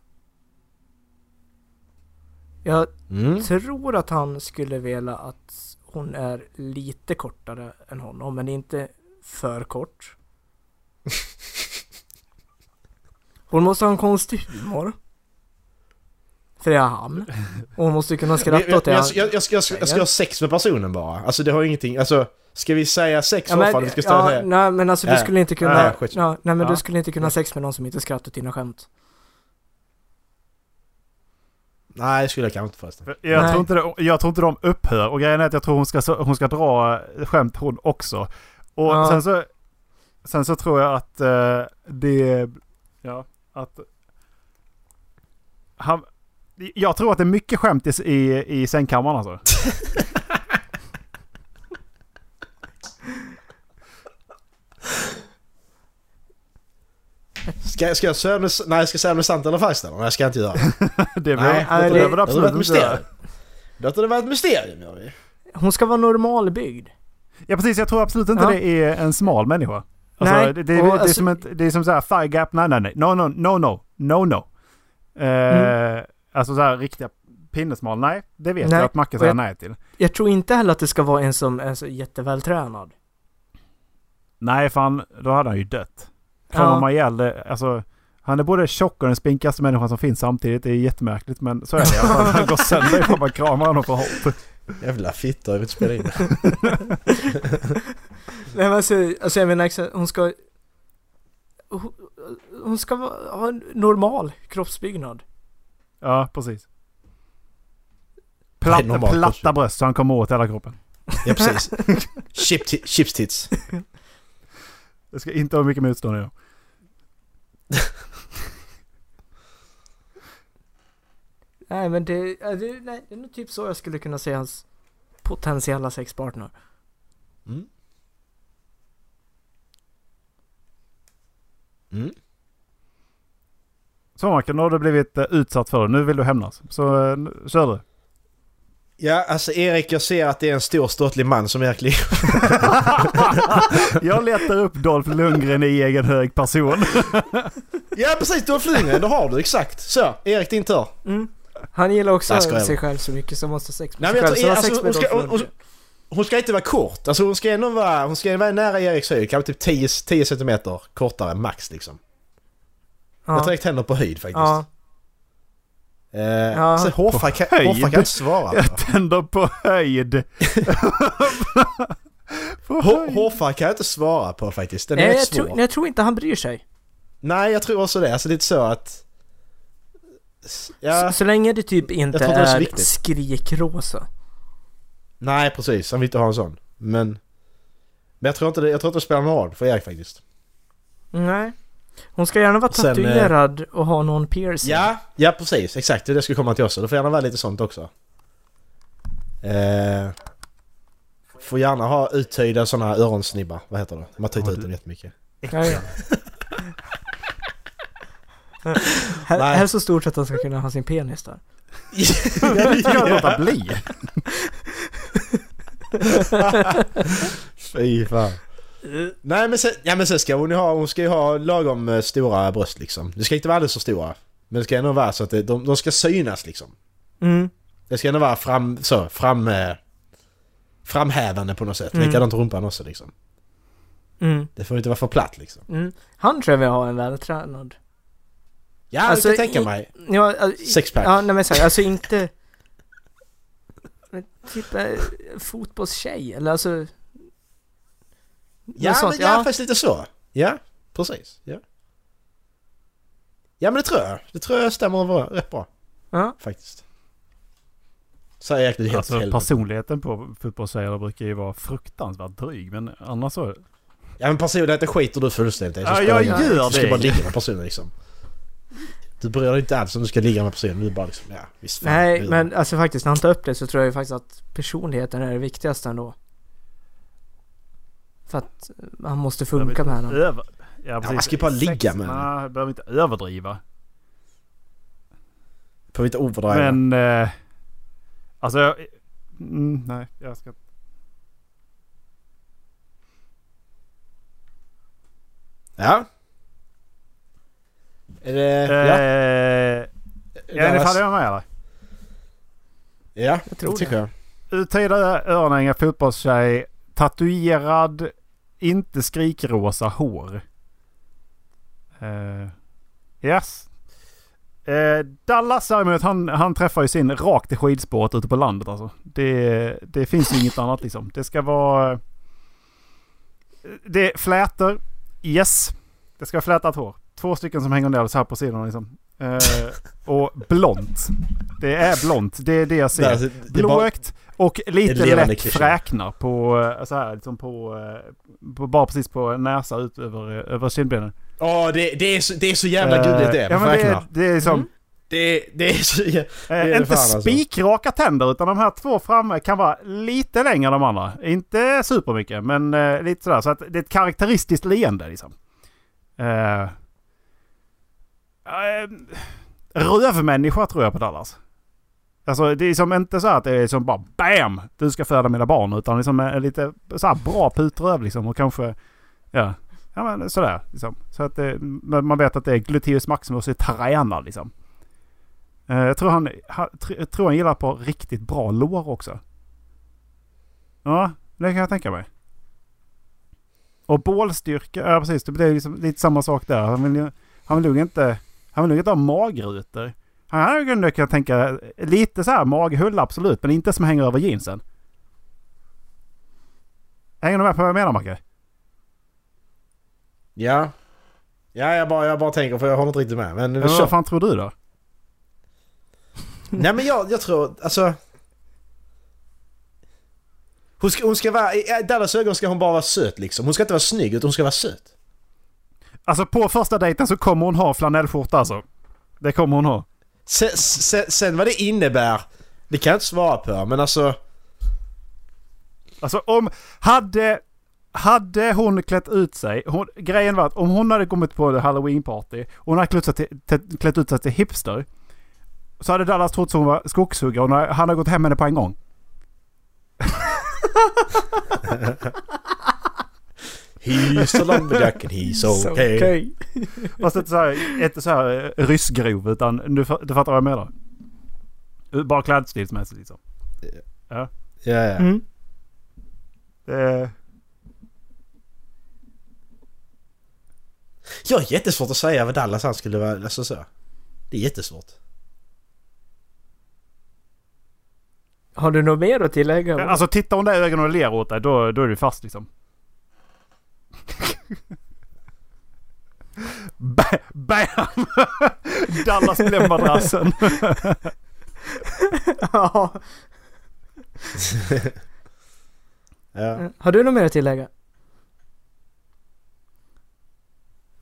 D: Jag
A: Mm.
D: tror att han skulle vilja att hon är lite kortare än honom, men inte
A: [LAUGHS]
D: för kort. Hon måste ha en konstig humor. För det är han. Och hon måste kunna
A: Jag,
D: skratta
A: jag,
D: åt det
A: jag,
D: han...
A: jag, jag, ska- jag, ska- jag ska ha sex med personen bara. Alltså det har ju ingenting, alltså Ska vi säga sex ja, fall? Vi ska ställa Äh.
D: ja,
A: säga.
D: nej, men alltså du
A: Ja.
D: skulle inte kunna...
A: Ja,
D: Ja,
A: ja, skit.
D: nej, men
C: Ja.
D: du skulle inte kunna ha sex med någon som inte skrattar åt dina skämt.
A: Nej, det skulle jag kanske inte förresten.
C: För Jag
D: Nej.
C: tror, inte det, jag tror inte de upphör och grejen är att jag tror hon ska, hon ska dra eh, skämt hon också. Och
D: Ja.
C: sen, så, sen så tror jag att eh, det... Ja, att... Han, jag tror att det är mycket skämt i, i, i sängkammaren alltså. [LAUGHS]
A: Ska, ska jag säga med, nej, ska jag säga med sant eller falskt eller? Nej, jag ska inte göra det.
C: Det behöver
A: Nej,
C: det
D: det-
C: behöver
A: Det hade
C: absolut
A: varit
C: inte göra.
A: mysterium. Det hade varit ett mysterium, gör vi.
D: Hon ska vara normalbyggd.
C: Ja precis, jag tror absolut inte
D: Ja.
C: det är en smal människa. Alltså,
D: Nej,
C: det, det,
D: och
C: det, är
D: alltså-
C: som ett, det är som så här thigh gap, nej nej nej, no no no no, no no. Eh, Alltså så här riktiga pinnesmal, nej det vet
D: Mm. Nej,
C: jag att Macke
D: och
C: säger
D: jag-
C: nej till.
D: Jag tror inte heller att det ska vara en som är så jättevältränad. [LAUGHS]
C: Nej fan, då hade han ju dött.
D: Ja.
C: Kramar man ihjäl det, alltså han är både tjock och den spinkaste människan som finns samtidigt. Det är jättemärkligt men så är det i alla fall. Han går sönder ifall man kramar honom för hårt.
A: Jävla fitta, jag vill inte spela in det.
D: Nej men alltså, alltså jag menar exa- hon ska... Hon- Hon ska vara- ha en normal kroppsbyggnad.
C: Ja precis.
A: är
C: Platta,
A: normalt,
C: platta
A: kanske.
C: bröst så han kommer åt hela kroppen.
A: Ja, precis. Chip ti- Chips tits.
C: Det ska inte ha mycket motstånd i dem.
D: Nej men det, ja, det, nej, det är nog typ så jag skulle kunna se hans potentiella sexpartner.
A: Mm. Mm.
C: Så Marken, nu har du blivit eh, utsatt för det. Nu vill du hämnas. Så eh, nu- kör du.
A: Ja, alltså Erik, jag ser att det är en stor ståtlig man som Erik ligger.
C: Jag letar upp Dolph Lundgren i egen hög person. [LAUGHS]
A: Ja, precis! Du har flygningen, det har du, exakt. Så, Erik din tur.
D: Mm. Han gillar också
A: Jag skojar.
D: sig själv så mycket så han måste ha sex
A: Nej,
D: med sig
A: men
D: själv.
A: jag
D: Så
A: tror,
D: han har sex
A: alltså, hon,
D: med
A: ska, hon,
D: Dolph
A: hon,
D: Lundgren.
A: hon ska inte vara kort, alltså hon ska ändå vara, hon ska vara nära Eriks höjd, kanske typ 10, 10 cm kortare max liksom. Jag tror
D: Ja,
A: Erik tänder på höjd faktiskt.
D: ja.
A: Eh,
D: Ja.
A: Så Hoffa kan,
C: höjd?
A: Hoffa kan inte svara.
C: Jag tänder på höjd. på
A: Ho-
C: höjd.
A: Hoffa kan jag inte svara på faktiskt, den är
D: Nej,
A: rätt
D: Eh, jag
A: svår.
D: tror, nej, jag tror inte han bryr sig.
A: Nej, jag tror också det. Alltså det är inte så att... Ja,
D: Så, så länge det typ inte
A: tror inte det är så
D: är
A: viktigt.
D: skrikrosa.
A: nej precis. Han vill inte ha en sån. Men... Men jag tror inte det, jag tror inte det spelar någon roll för Erik faktiskt.
D: Nej. Hon ska gärna vara
A: Sen, eh,
D: tatuerad och ha någon piercing.
A: Ja, ja precis. Exakt, det är det jag skulle komma till också. Det får gärna vara lite sånt också. Eh, får gärna ha uttöjda såna här öronsnibbar. Vad heter det? De har töjt
C: Ja,
A: ut
C: det-
A: dem
D: [LAUGHS]
A: jättemycket. [LAUGHS]
D: Ja, ja. Här,
A: Nej.
D: här är så stort att han ska kunna ha sin penis där.
C: Det kan jag
A: [LAUGHS]
C: låta bli.
A: Fy fan. Nej men sen, ja, men sen ska hon ju ha, hon ska ju ha lagom eh, stora bröst liksom. Det ska inte vara alldeles för stora. Men det ska ändå vara så att det, de, de ska synas liksom.
D: Mm.
A: Det ska ändå vara fram, så, fram, eh, framhävande på något sätt.
D: Mm.
A: Likadant rumpan också liksom.
D: Mm.
A: Det får inte vara för platt liksom.
D: Mm. Han tror jag vill ha en vältränad.
A: Ja,
D: Alltså,
A: jag kan tänka
D: i-
A: mig.
D: Ja, alltså,
A: Sexpack.
D: Ja, nej men såhär, alltså inte... Men Typ eh, fotbollstjej, eller alltså...
A: Ja,
D: något sånt,
A: men, ja, faktiskt lite så. Ja, precis. Ja. ja, men det tror jag. Det tror jag stämmer över- rätt bra
D: ja.
A: faktiskt. Så är jag nu helt
C: Alltså,
A: helvete.
C: personligheten på fotbollsspelare brukar ju vara fruktansvärt dryg. Men annars så...
A: Ja men personligheten skiter du fullständigt i. så
C: Ja,
A: spelar
C: jag
A: ingen roll.
C: gör
A: Du ska
C: det.
A: bara ligga med personen liksom. Du bryr dig inte alls om du ska ligga med personen. Du är bara liksom, ja visst fan.
D: Nej,
A: nu.
D: men alltså faktiskt när han tar upp det så tror jag ju faktiskt att personligheten är det viktigaste ändå. För att eh, han måste funka med henne.
C: Över... Ja, precis.
A: Mm. man ska ju bara ligga med henne.
C: Nej, behöver inte överdriva.
A: Får vi inte overdriva.
C: Men... Eh, alltså... Jag, mm, nej, jag ska...
A: Ja. Är det...
C: Eh,
A: ja.
C: Ja, det
A: Dallas-
C: faller jag med eller?
A: ja,
D: Jag tror
A: det tycker jag.
C: Uttida örnängar, fotbollstjej, tatuerad, inte skrikrosa hår. Eh, yes. Eh, Dallas däremot, han, han träffar ju sin rakt i skidspåret ute på landet alltså. Det, det finns ju inget annat liksom. Det ska vara... det är flätor. Yes. Det ska vara flätat hår. Två stycken som hänger ner så här på sidorna liksom. Eh, och blont. Det är blont. Det är det jag ser.
A: Alltså, det är bara-
C: Blåögt och
A: Det är
C: lite
A: levande
C: lätt
A: klyschor.
C: fräknar på, eh, så här, liksom på, eh, på, bara precis på näsa ut över, eh, över kindbenen.
A: Ja, det, det, är så, det är så jävla gulligt det.
C: Eh, Ja,
A: man
C: men det,
A: räknar.
C: är- det är som,
D: Mm.
A: Det, det är så... jä-
C: Eh,
A: Det är det
C: inte
A: fan, alltså.
C: spikraka tänder utan de här två framme kan vara lite längre än de andra. Inte supermycket men eh, lite sådär. Så att det är ett karaktäristiskt leende liksom. Eh, eh, rövmänniska tror jag på Dallas. Alltså det är som inte så här att det är som bara BAM! Du ska föda mina barn. Utan liksom en lite så här bra putröv liksom och kanske... Ja, ja men sådär liksom. Så att det, men man vet att det är gluteus maximus är tränad liksom. Eh, Jag tror han, han, tr- jag tror han gillar på riktigt bra lår också. Ja, det kan jag tänka mig. Och bålstyrka, ja precis. Det blir liksom lite samma sak där. Han vill, ju- han vill nog inte han vill nog inte ha magrutor. Han hade kunnat kunna tänka lite så här maghull absolut, men inte som hänger över jeansen. Hänger du med på vad jag menar Macke?
A: Ja. Ja, jag bara, jag bara tänker för jag håller inte riktigt med. Men
C: Eller
A: kör.
C: Vad fan tror du då?
A: Nej men jag, jag tror, alltså... Hon ska, hon ska vara, i i Dallas ögon ska hon bara vara söt liksom. Hon ska inte vara snygg utan hon ska vara söt.
C: Alltså på första dejten så kommer hon ha flanellskjorta alltså. Det kommer hon ha.
A: Sen, sen, sen vad det innebär, det kan jag inte svara på men alltså...
C: Alltså om, hade, hade hon klätt ut sig, hon, grejen var att om hon hade kommit på det halloween-party, hon hade klätt, sig till, till, klätt ut sig till hipster, så hade Dallas trott att hon var skogshuggare och han hade gått hem med henne på en gång.
A: He's a lumberjack and [LAUGHS] he's
D: Så
A: okay.
D: okej.
C: Fast inte såhär, inte såhär eh, ryssgrov utan du, fa- du fattar vad jag menar. Bara klädstilsmässigt liksom.
A: Ja, ja.
D: Mm.
C: Det,
A: Jag har jättesvårt att säga vad Dallas han skulle vara, alltså så. Det är jättesvårt.
D: Har du något mer att tillägga?
C: alltså tittar hon där i ögonen och ler åt dig då, då är du fast liksom. Ba- [LAUGHS] Bam! [LAUGHS] Dallas blev madrassen.
D: [LAUGHS] Ja.
A: Ja.
D: Har du något mer att tillägga?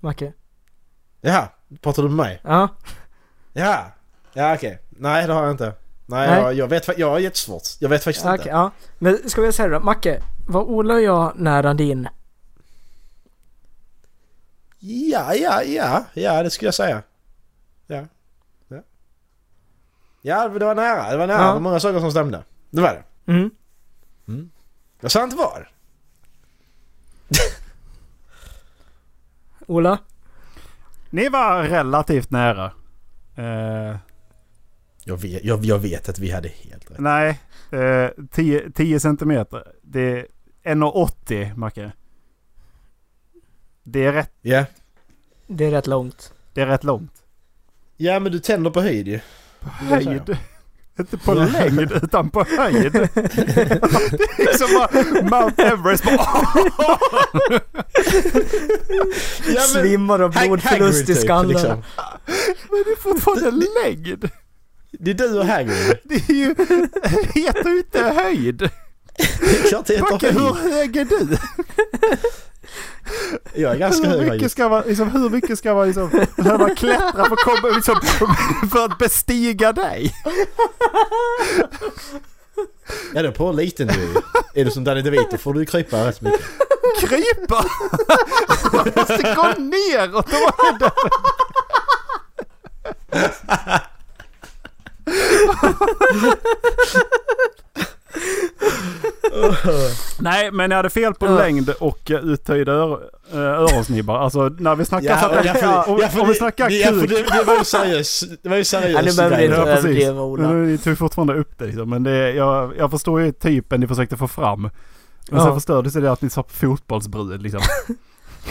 D: Macke?
A: Jaha, pratar du med mig?
D: Ja.
A: Ja, ja okej. Nej det har jag inte. Nej,
D: Nej.
A: Jag, jag vet fa- jag har jättesvårt. Jag vet faktiskt
D: Ja,
A: inte.
D: Okej, ja. Men ska vi säga det då? Macke, var Ola och jag nära din?
A: Ja, ja, ja, ja det skulle jag säga. Ja. Ja, ja det var nära. Det var nära.
D: Ja.
A: Det var många saker som stämde. Det var det.
D: Mm.
A: Jag sa inte var.
D: Ola?
C: Ni var relativt nära. Eh,
A: Jag vet, jag, jag vet att vi hade helt rätt.
C: nej, eh, 10 10 centimeter. Det är 1,80 Macke. Det är, rätt,
A: Ja.
D: Det är rätt långt.
C: det är rätt långt.
A: Ja men du tänder på höjd ju. Det säger jag.
C: Höjd. Inte på längd utan på höjd. det är som bara Mount Everest. Bara,
A: Ja, men,
D: Svimmar av
A: Hag-
D: blodförlust i
A: Hagrid, typ,
D: skallen.
A: liksom.
C: det är fortfarande längd.
A: Det är du och Hagrid.
C: Det är ju, det heter ju inte höjd.
A: Det är klart det
C: Macke,
A: heter
C: hur
A: höjd.
C: hög är du?
A: Jag är ganska hög
C: hur mycket
A: höjd.
C: ska man, liksom, hur mycket ska man liksom, behöva klättra för att, komma, liksom, för att bestiga dig?
A: Ja det är på liten du är ju. Är du som Danny DeVito får du krypa rätt mycket.
C: Krypa! [LAUGHS] Man måste gå neråt. Då är det- Nej, men jag hade fel på längd och eh, uthöjda ör, eh, öronsnibbar. Alltså när vi snackar så här- om,
A: ja, för
C: om vi
A: det-
C: snackar
A: det, ja, för
C: kuk.
A: det, det var ju seriöst. Det var ju
D: Ja, nu
A: seriöst.
D: behöver vi
A: där.
D: inte
C: Ja, precis.
D: överdriva Ola.
C: Nu tog fortfarande upp det liksom, men det, jag, jag förstår ju typen ni försökte få fram. Men
D: Ja.
C: sen förstördes det att ni sa fotbollsbrud liksom.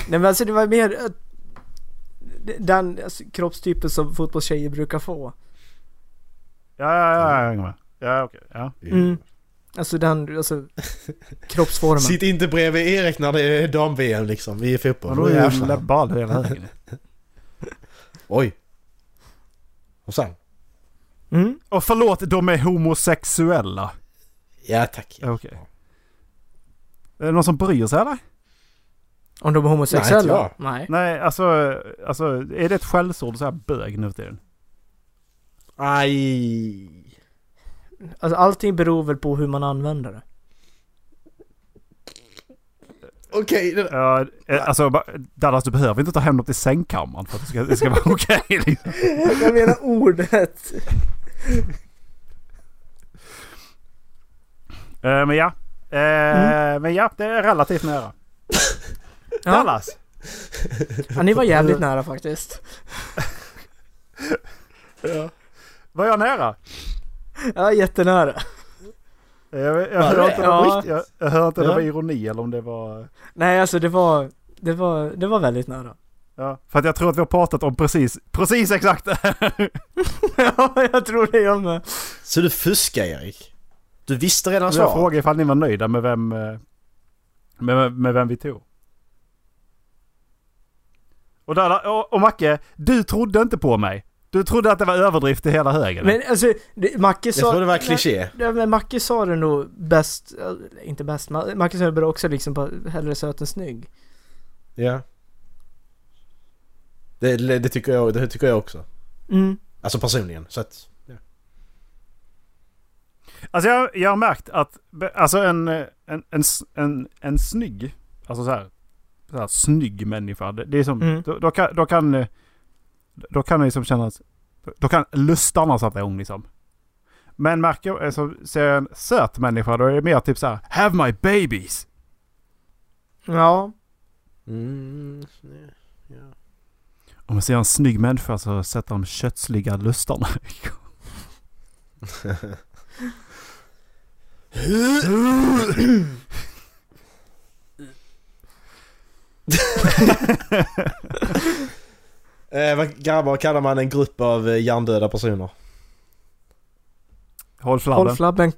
D: Nej men alltså det var mer eh, den alltså, kroppstypen som fotbollstjejer brukar få.
C: Ja, ja, ja, jag hänger med. Ja, okej. Ja.
D: Mm. Alltså
A: [LAUGHS]
D: den, alltså kroppsformen.
A: Sitt inte bredvid Erik när det är dam-VM liksom i fotboll.
C: Men då
A: Då
C: är ju
A: jävlar.
C: ball hela vägen.
A: Oj. Och sen?
D: Mm.
C: Och förlåt, de är homosexuella.
A: Ja tack.
C: Okej. Är det någon som bryr sig eller?
D: Om de är homosexuella?
A: Nej, inte
D: Nej.
C: Nej, alltså, alltså är det ett skällsord så här bög nu för tiden?
A: Aj.
D: Alltså allting beror väl på hur man
A: [LAUGHS]
D: använder det.
A: Okej. det-
C: Ja, eh, alltså ba- Dallas du behöver inte ta hem dem till sängkammaren för att det ska, det ska vara [LAUGHS] okej. liksom.
D: Jag menar ordet.
C: Eh, men ja. Eh, Men ja, det är relativt nära.
D: Ja,
C: Dallas!
D: ja ni var jävligt nära faktiskt.
C: Var jag nära?
D: Ja, jättenära.
C: Eh, Jag, jag,
A: Var
C: hör
A: det?
C: inte, om det var
D: Ja.
C: riktigt- jag, jag hör inte om det
A: Ja.
C: var ironi eller om det var...
D: Nej alltså det var, det var, det var väldigt nära. [LAUGHS]
C: Ja, för att jag tror att vi har pratat om precis, precis exakt det här.
D: ja, jag tror det jag med.
A: Så du fuskar Erik? Du visste redan
C: Jag
A: svaret?
C: frågade ifall ni var nöjda med vem, eh, med, med vem vi tog. Och, där, och, och Macke, du trodde inte på mig. Du trodde att det var överdrift i hela högen.
D: Men alltså, det, Macke
A: Jag
D: sa...
A: trodde det var kliché.
D: Nej, men Macke sa det nog bäst, eh, inte bäst, Ma- Macke sa det bara också liksom på hellre söt än snygg.
A: Ja. Det, det, tycker jag, det tycker jag också.
D: Mm.
A: Alltså personligen. Så att... Ja.
C: Alltså jag, jag har märkt att be- alltså en, eh, en, en, s- en, en snygg, alltså så här, så här snygg människa. Det, det är som,
D: Mm.
C: då, då kan, då kan, eh, då kan det liksom kännas, då kan lustarna sätta igång liksom. Men märker jag, alltså, ser jag en söt människa då är det mer typ så här, have my babies.
D: Ja.
A: Mm, ja.
C: Om jag ser en snygg människa så sätter de kötsliga lustarna igång.
A: Eh, vad grabbar kallar man en grupp av eh, hjärndöda personer?
C: Håll
D: Håll
C: flabben.
D: flabben.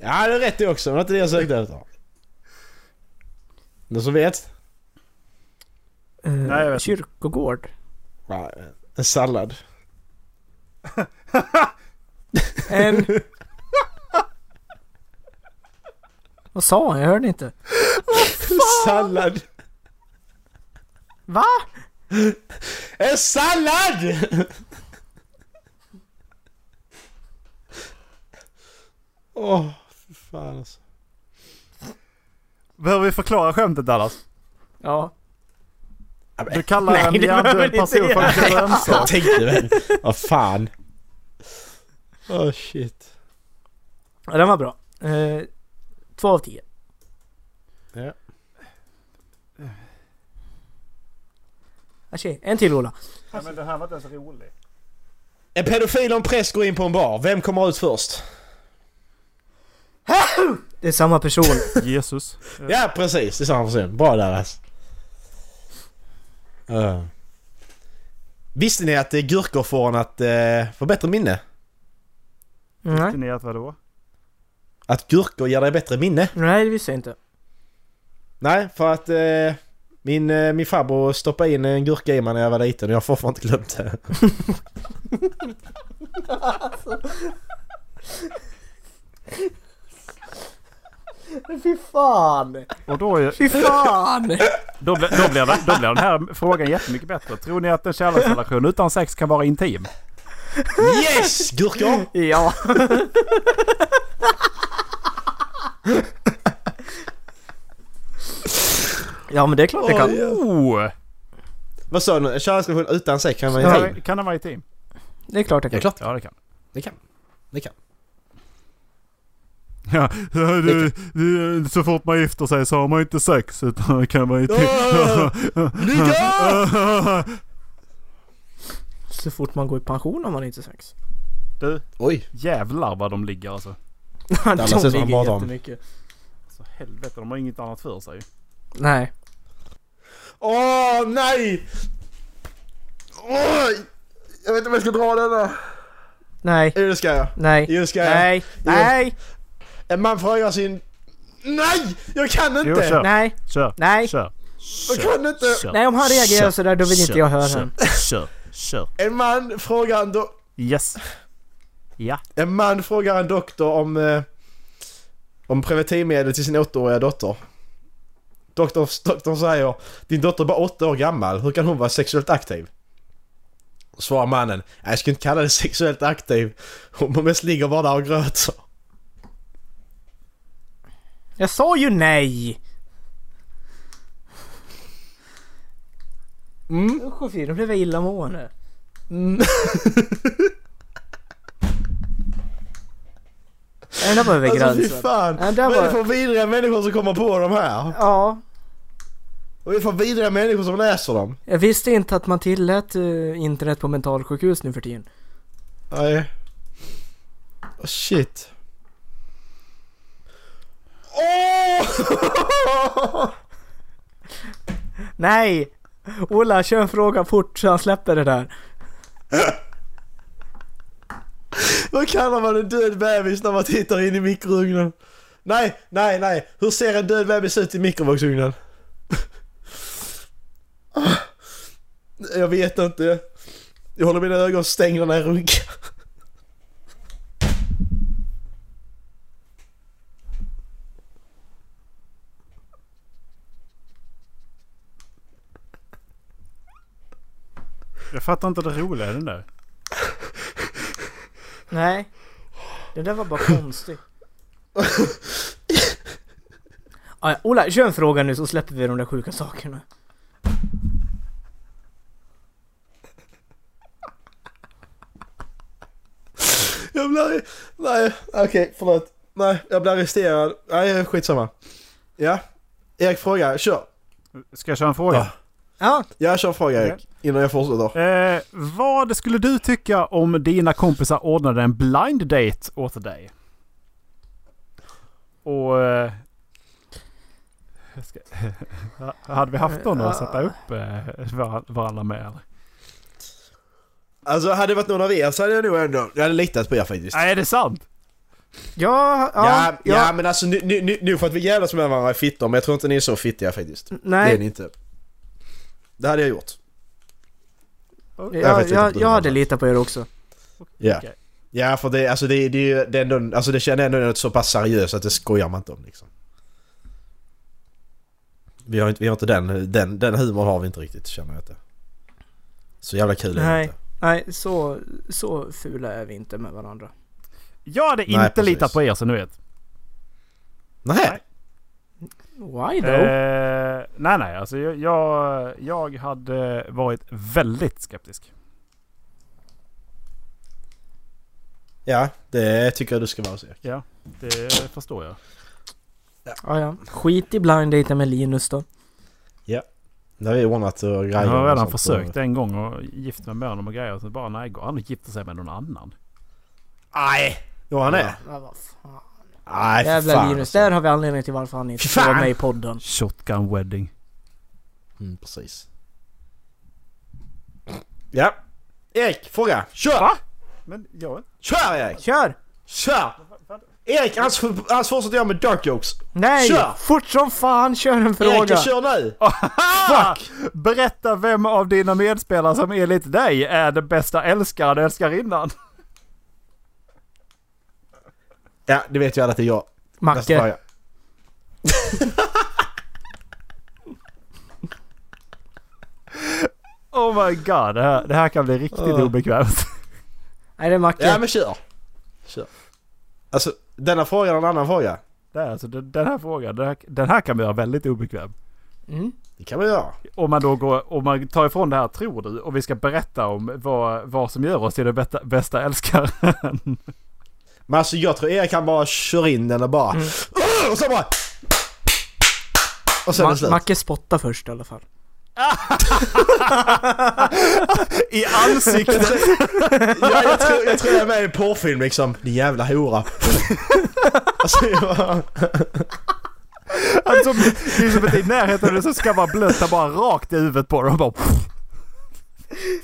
A: Ja, det är rätt det också. Men det var inte det jag sökte efter. Någon som vet?
D: Eh,
C: Nej, jag vet inte.
D: kyrkogård.
A: Ja, En sallad.
C: [LAUGHS]
D: En... Vad sa han? Jag hörde inte.
A: sallad!
D: Va?
A: En sallad! Åh, fy fan alltså.
C: Behöver vi förklara skämtet Dallas?
D: Ja.
C: Du kallar
D: Nej,
C: en
D: det behöver
C: hjärndöd
D: ni inte
C: person för
D: göra.
C: en grönsak.
A: Jag tänkte väl. Vad fan. Åh oh, shit.
D: Ja, den var bra. Eh, två av tio.
A: Ja.
D: Okej, en till Ola.
C: Nej, men det här var inte ens roligt.
A: En pedofil och en präst går in på en bar. Vem kommer ut först?
D: Det är samma person.
C: [LAUGHS] Jesus. Eh,
A: Ja, precis. Det är samma person. Bra där alltså. Ja. Visste ni att eh, gurkor får en att eh, få bättre minne?
D: Nej,
C: Till ni att vadå?
A: Att gurkor ger dig bättre minne?
D: nej det visste jag inte.
A: Nej, för att eh, min, eh, min farbror stoppade in en gurka i mig när jag var liten och jag har fortfarande inte glömt det.
D: Fy fan!
C: Och då är,
D: Fy fan!
C: Då, blir- då, blir det, då blir den här frågan jättemycket bättre. Tror ni att en kärleksrelation utan sex kan vara intim?
A: Yes! Gurkor!
D: Ja. ja men det är klart det kan.
C: Oh!
A: Vad sa du? En kärleksrelation utan sex kan man ju
C: Kan,
A: inte.
C: kan den vara intim?
D: Det är klart det
A: Ja,
D: kan.
A: klart.
C: Ja, det kan.
A: Det kan. Det kan.
C: Ja, du, du, så fort man gifter sig så har man inte sex utan det kan vara intim.
A: Ligga!
D: Så fort man går i pension har man inte sex.
C: Du,
A: Oj.
C: jävlar vad de ligger alltså.
A: alla
D: [LAUGHS] De
A: sätt man
D: ligger
A: pratar om.
D: jättemycket.
C: Så helvete, de har inget annat för sig.
D: Nej.
A: Åh nej! Oj! Jag vet inte om jag ska dra denna.
D: Nej,
A: Jo det ska jag.
D: nej,
A: Jo det ska jag.
D: nej, nej,
A: En man får göra sin... Nej! Jag kan inte!
C: Jo, kör.
D: nej,
C: Kör.
D: nej.
C: Kör.
A: Jag kan inte!
C: Kör.
D: Nej, om han reagerar
C: Kör.
D: sådär då vill inte jag höra
C: Kör.
D: den.
C: Kör. Kör.
A: En man frågar en, do-
C: Yes. Ja.
A: en, man frågar en doktor om... Eh, om preventivmedel till sin åttaåriga dotter. Doktorn, doktorn säger Din dotter är bara åtta år gammal. Hur kan hon vara sexuellt aktiv? Svarar mannen. "Nej, Jag skulle inte kalla det sexuellt aktiv. Hon mest ligger bara där och gröter.
D: Jag sa ju nej!
A: Mm.
D: Usch och fy, nu blev jag illamående.
A: Mm.
D: Nej, Den där var över
A: Alltså fy
D: gränsen.
A: fan.
D: Ja, där
A: Vad är det för
D: var...
A: vidriga människor som kommer på de här?
D: Ja,
A: Vad är det för vidriga människor som läser dem?
D: jag visste inte att man tillät eh, internet på mentalsjukhus nu
A: [LAUGHS]
D: för tiden.
A: Nej. Oh, shit. Åh!
D: Nej! Ola, kör en fråga fort så han släpper det där.
A: Vad kallar man en död bebis när man tittar in i mikrougnen? Nej, nej, nej. Hur ser en död bebis ut i mikrovågsugnen? [LAUGHS] Ah. Jag vet inte. Jag håller mina ögon stängda när jag runkar.
C: Jag fattar inte det roliga i den där.
D: Nej. Det där var bara konstigt. Ah, [LAUGHS] ja, Ola, kör en fråga nu så släpper vi de där sjuka sakerna.
A: Jag blir... arg- Nej, okej, förlåt. Nej, jag blir arresterad. Nej, skitsamma. Ja. Erik fråga, kör.
C: Ska jag köra en fråga?
D: Ja,
A: Jag kör fråga Erik, innan jag fortsätter.
C: Eh, vad skulle du tycka om dina kompisar ordnade en blind date åt dig? Och... Eh, ska, [LAUGHS] hade vi haft någon att sätta upp eh, var- varandra med eller?
A: Alltså hade det varit någon av er så hade jag nog ändå, jag hade litat på er faktiskt.
C: Nej, är det sant?
D: ja,
A: Ja,
D: ja,
A: ja, men alltså nu, nu, nu, nu för att vi jävlas med varandra i fittor men jag tror inte ni är så fittiga faktiskt. Det är
D: Nej,
A: ni inte. Det hade jag gjort.
C: Okej.
A: Jag
D: jag,
A: vet inte
D: jag,
A: på
D: jag
A: det.
D: hade litat på er också.
A: Ja.
C: Okej.
A: Ja för det, alltså det, det, är ju- det, är ändå, alltså det känner jag ändå är så pass seriöst att det skojar man inte om liksom. Vi har inte, vi har inte den, den, den humorn har vi inte riktigt känner jag inte. Så jävla kul är det
D: Nej.
A: inte.
D: Nej, så, så fula är vi inte med varandra.
C: Jag hade
A: Nej,
C: inte
A: precis.
C: litat på er så nu vet.
A: Nej.
D: Why
C: Eh,
D: though?
C: nej, nej. Alltså, jag, jag, jag hade varit väldigt skeptisk.
A: Ja, det tycker jag du ska vara hos Erik.
C: Ja, det förstår jag.
D: Ja, ja. Skit i blind date med Linus då.
A: Det har vi ordnat och grejer.
C: Jag har
A: och
C: redan
A: sånt.
C: försökt en gång och gift mig med honom och grejer. Så bara nej, går han och gifter sig med någon annan?
A: Nej! Jo han är.
D: Ja, vad fan.
A: Nej för
D: Jävla
A: fan.
D: Linus, där har vi anledning till varför han inte
A: Fy
D: får vara
A: fan!
D: med i podden.
C: Shotgun wedding.
A: Mm, precis. Ja. Erik, fråga. Kör!
C: Va? Men jag...
A: Kör Erik!
D: Kör!
A: Kör! Erik, annars, annars fortsätter jag med dark jokes.
D: Nej!
A: Kör!
D: Fort som fan, kör en
A: Erik,
D: fråga!
A: jag kör nu!
C: Fuck! Berätta vem av dina medspelare som enligt dig är den bästa älskaren och älskarinnan.
A: Ja, det vet ju alla att det är jag. Nästa
D: Macke,
A: fråga.
C: Oh my god, det här, det här kan bli riktigt
A: Ah.
C: obekvämt.
D: nej det är Macke.
A: Ja men kör. Kör. Alltså, denna frågan och en annan fråga.
C: Det här, alltså, den den här frågan, den här, den här kan bli väldigt obekväm.
D: Mm.
A: Det kan man göra.
C: Om man då går, om man tar ifrån det här tror du och vi ska berätta om vad, vad som gör oss till den bästa, bästa älskaren.
A: Men alltså jag tror Erik han bara kör in den och bara...
D: Mm.
A: Och så bara... Och sen är det
D: Ma-
A: slut.
D: Macke spottar först i alla fall.
C: I [LAUGHS] ansiktet!
A: [LAUGHS] Ja, jag, tror, jag tror jag är med i en porrfilm liksom. Din jävla hora. alltså, jag bara,
C: Alltså, det är som att i närheten av det så ska man blöta bara rakt i huvudet på dem. Bara,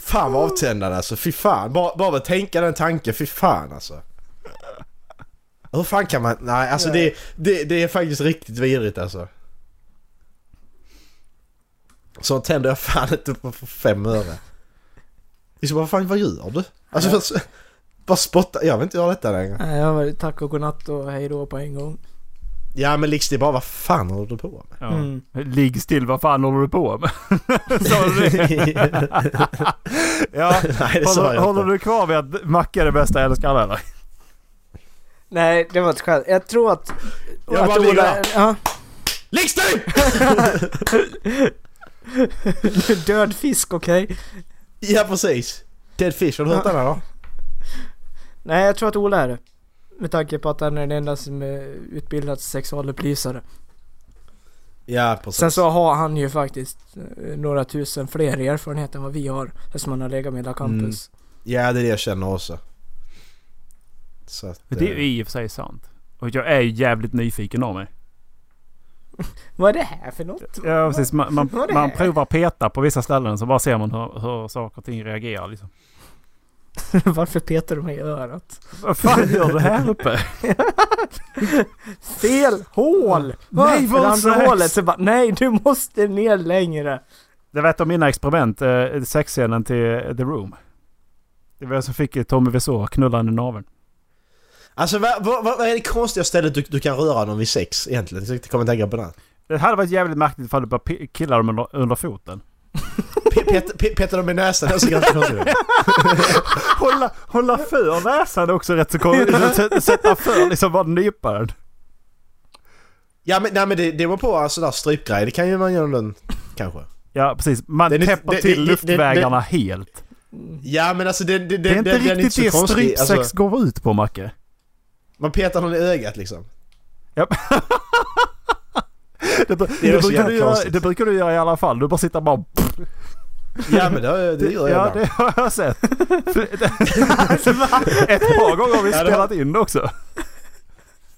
A: Fan vad avtändande alltså, fy fan. Bara, bara att tänka den tanken, fy fan alltså. Hur fan kan man... Nej alltså det, det, det är faktiskt riktigt vidrigt alltså. Så tänder jag fan inte på för fem öre. Liksom, vad fan vad gör du? Alltså
D: Ja.
A: vad- bara spotta, jag vill inte göra detta längre.
D: Nej, jag var tack och godnatt och hej då på en gång.
A: Ja men liksom det är bara, vad fan håller du på med?
C: Ja.
D: Mm.
C: Ligg still, vad fan håller du på med? [LAUGHS]
A: [LAUGHS]
C: Sa du det? Ja.
A: Nej det sa
C: Håller,
A: jag
C: håller
A: inte.
C: du kvar vid att macka är det bästa jag älskar eller?
D: Nej, det var ett skämt. Jag tror att...
A: Jag
D: att
A: bara
D: Ola-
A: ligger där.
D: Ja. [LAUGHS]
A: Ligg still!
D: Död fisk, okej?
A: Ja precis. Dead fish, har du hört den här då?
D: Nej, jag tror att Ola är det. Med tanke på att han är den enda som är utbildad sexualupplysare.
A: Ja precis.
D: Sen så har han ju faktiskt eh, några tusen fler erfarenheter än vad vi har. Eftersom han har legat med hela campus.
A: Ja, det är det jag känner också. Så att,
C: Det är
A: eh,
C: ju i och för sig sant. Och jag är ju jävligt nyfiken av mig.
D: Vad är det här för något? [LAUGHS]
C: Ja precis. Man, man,
D: Vad är det
C: man
D: här?
C: provar peta på vissa ställen så bara ser man hur, hur saker och ting reagerar liksom.
D: Varför petar du mig i örat?
C: Vad fan gör du här uppe?
D: Fel hål!
C: Nej, vad
D: det andra
C: sex?
D: hålet så bara, nej du måste ner längre.
C: Det vet om mina experiment, eh, sexscenen till eh, The Room. Det var jag som fick eh, Tommy Wiseau att knulla henne i naveln.
A: Alltså vad, vad, vad är det konstiga stället du, du kan röra någon vid sex egentligen? Jag kommer inte tänka på det.
C: Det hade varit jävligt märkligt ifall du bara pi- killar dem under, under foten.
A: Pe- pet- pe- Peta dem i näsan, det är så ganska konstigt.
C: Hålla, hålla för näsan är också rätt
A: [LAUGHS]
C: så konstigt. Sätta för, liksom bara nypa den.
A: Ja men, nej, men det, det var på alltså där strypgrej, det kan ju man göra någon kanske.
C: Ja precis, man
A: Det är lite-
C: täpper
A: det-
C: till
A: det- det-
C: luftvägarna helt.
A: Ja men alltså det, det, det,
C: Det är inte
A: den- den
C: riktigt
A: så
C: det
A: konstig.
C: strypsex
A: Alltså,
C: går ut på Macke.
A: man petar någon i ögat liksom.
C: Det, br-
A: Det är
C: det,
A: också
C: brukar du
A: jävligt
C: göra,
A: konstigt.
C: det brukar du göra i alla fall. Du bara sitter bara...
A: Ja men det, det gör jag
C: ja,
A: ibland.
C: det har jag sett. För- [LAUGHS] Ett par gånger har vi
A: Ja, det har-
C: spelat in också.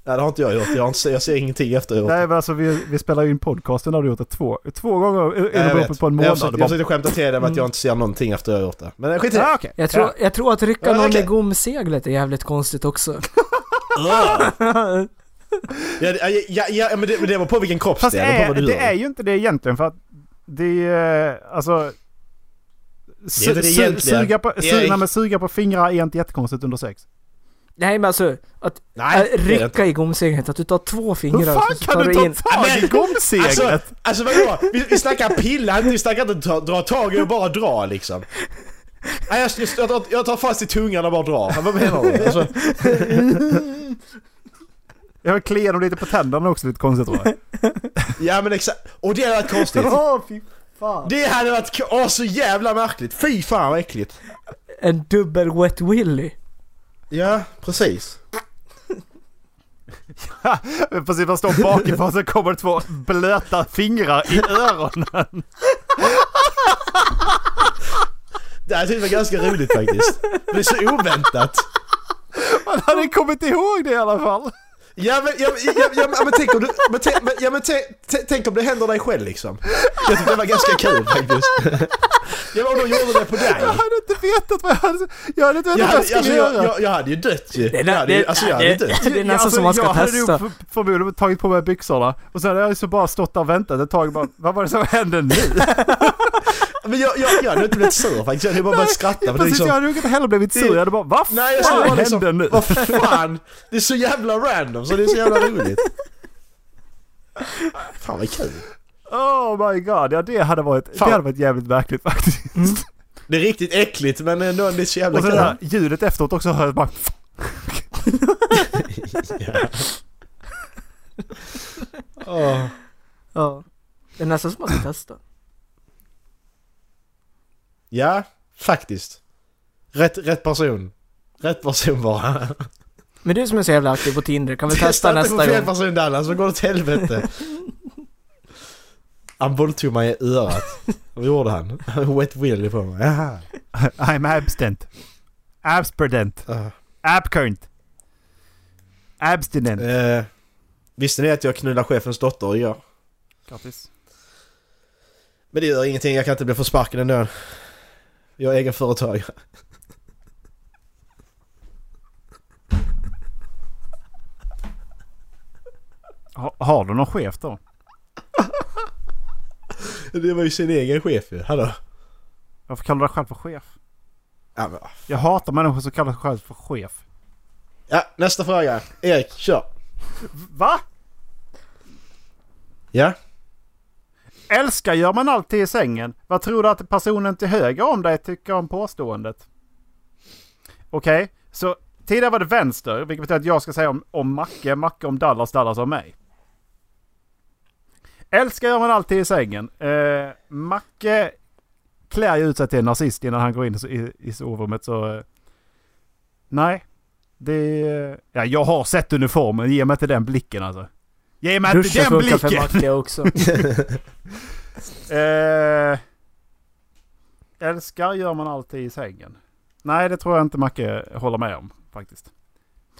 A: Nej det har inte jag gjort, jag, har inte, se- jag ser ingenting efter jag har gjort det.
C: Nej men alltså vi, vi spelar ju in podcasten har du gjort det två, två gånger
A: Ja,
C: inom loppet
A: vet.
C: på en
A: jag
C: månad.
A: försökte,
C: Du bara-
A: jag försökte skämta till det med att jag inte ser någonting efter jag har gjort det. Men eh,
C: [LAUGHS]
A: skit i det.
C: ah, okej.
D: Jag tror, jag tror att rycka
A: Ja,
D: någon
A: okej.
D: i gomseglet är jävligt konstigt också.
A: Ja, ja, ja, ja, men, det, men det var på vilken kroppsdel,
C: Fast det
A: det var på
C: är,
A: vad du
C: det
A: gör.
C: är ju inte det egentligen för att det är eh, alltså...
A: Det är inte det
C: su-
A: egentliga.
C: suga, på, su,
A: Erik.
C: nej, men suga på fingrar är inte jättekonstigt under sex.
D: [LAUGHS] Nej men alltså, att
A: Nej,
D: äh,
A: det är det inte.
D: rycka i gomseglet, att du tar två fingrar
C: Hur fan
D: och så
C: kan
D: tar
C: du
D: du in...
C: ta tag i
A: Men-
C: gomseglet?
A: Alltså, alltså vadå? Vi, vi snackar pilla, inte- vi snackar inte ta, dra tag i och bara dra liksom. Nej, jag, jag, jag, tar- jag tar fast i tungan och bara drar. Vad menar du? Alltså,
C: Jag kliar dem lite på tänderna också lite konstigt tror jag.
A: ja men exakt. Och det hade varit konstigt.
D: Åh [LAUGHS] fy fan.
A: Det hade varit k- åh, så jävla märkligt. Fy fan vad äckligt.
D: En dubbel wet willy.
A: Ja, precis.
C: Men [LAUGHS] Precis, man står bakifrån så kommer det två blöta fingrar i öronen.
A: Det här tyckte jag var ganska roligt faktiskt. Det är så oväntat.
C: Man hade kommit ihåg det i alla fall.
A: Ja men, ja, men- ja, ja, men- ja, men tänk om du, men, tänk- men, ja, men tänk- tänk- tänk om det händer dig själv liksom. Jag tyckte det var ganska kul faktiskt. Ja men och de gjorde det på dig.
C: Jag hade inte vetat vad jag hade... Jag hade inte vetat
A: Jag
C: vad jag
A: hade,
C: skulle
A: alltså,
C: göra.
A: jag, jag, jag hade ju dött ju.
D: är
A: Jag hade, ju- alltså jag hade ju dött.
D: det, det är nästan som man ska
C: jag
D: testa.
C: hade nog för- förmodligen tagit på mig byxorna och sen hade jag så bara stått där och väntat ett tag. och Bara, vad var det som hände [LAUGHS] nu?
A: Men jag, jag, jag hade inte blivit sur faktiskt. Jag hade bara börjat skratta. Men det är
C: Precis, jag
A: liksom,
C: hade nog inte heller blivit sur. Jag hade bara, vad fan
A: nej jag skulle bara
C: hände
A: liksom,
C: nu?
A: vad fan. Det är så jävla random så det är så jävla roligt. Fan vad kul.
C: Oh my god, ja det hade varit, det
A: Fan.
C: hade varit jävligt märkligt faktiskt.
A: Det är riktigt äckligt men ändå det är så jävla
C: [LAUGHS] Och så
A: kul.
C: det här ljudet efteråt också hör jag bara...
A: Ja. Åh.
D: Ja. Det är nästan som man ska testa.
A: Ja, faktiskt. Rätt, rätt person. Rätt person bara.
D: Men du som är så jävla aktiv på Tinder, kan vi testa
A: inte på
D: nästa
A: fel
D: gång?
A: person Dallas, så går det åt helvete. Han våldtog mig i örat. Vad gjorde han? [LAUGHS] Han wet willy på mig. Jaha.
C: I'm abstent. Abstinent.
A: Ah.
C: Abcurrent. Abstinent.
A: Eh, visste ni att jag knullade chefens dotter igår?
C: Grattis.
A: Men det gör ingenting, jag kan inte bli för sparken ändå. Jag är egenföretagare.
C: Ha, har du någon chef då?
A: [LAUGHS] Det var ju sin egen chef ju. Hallå?
C: Varför kallar du dig själv för chef?
A: Ja, men,
C: Jag hatar människor som kallar sig själv för chef.
A: ja, nästa fråga. Erik, kör.
C: Va?
A: Ja?
C: Älskar gör man alltid i sängen. Vad tror du att personen till höger om dig tycker om påståendet? Okej, så tidigare var det vänster, vilket betyder att jag ska säga om, om Macke, Macke om Dallas, Dallas om mig. Älskar gör man alltid i sängen. Eh, Macke klär ju ut sig till en nazist innan han går in i, i sovrummet så... Eh, nej. Det... Ja, jag har sett uniformen. Ge mig inte den blicken alltså. Ge mig inte
D: Duscha
C: den
D: funkar för
C: blicken!
D: Macke [LAUGHS] också.
C: Eh, älskar gör man alltid i sängen. Nej, det tror jag inte Macke håller med om faktiskt.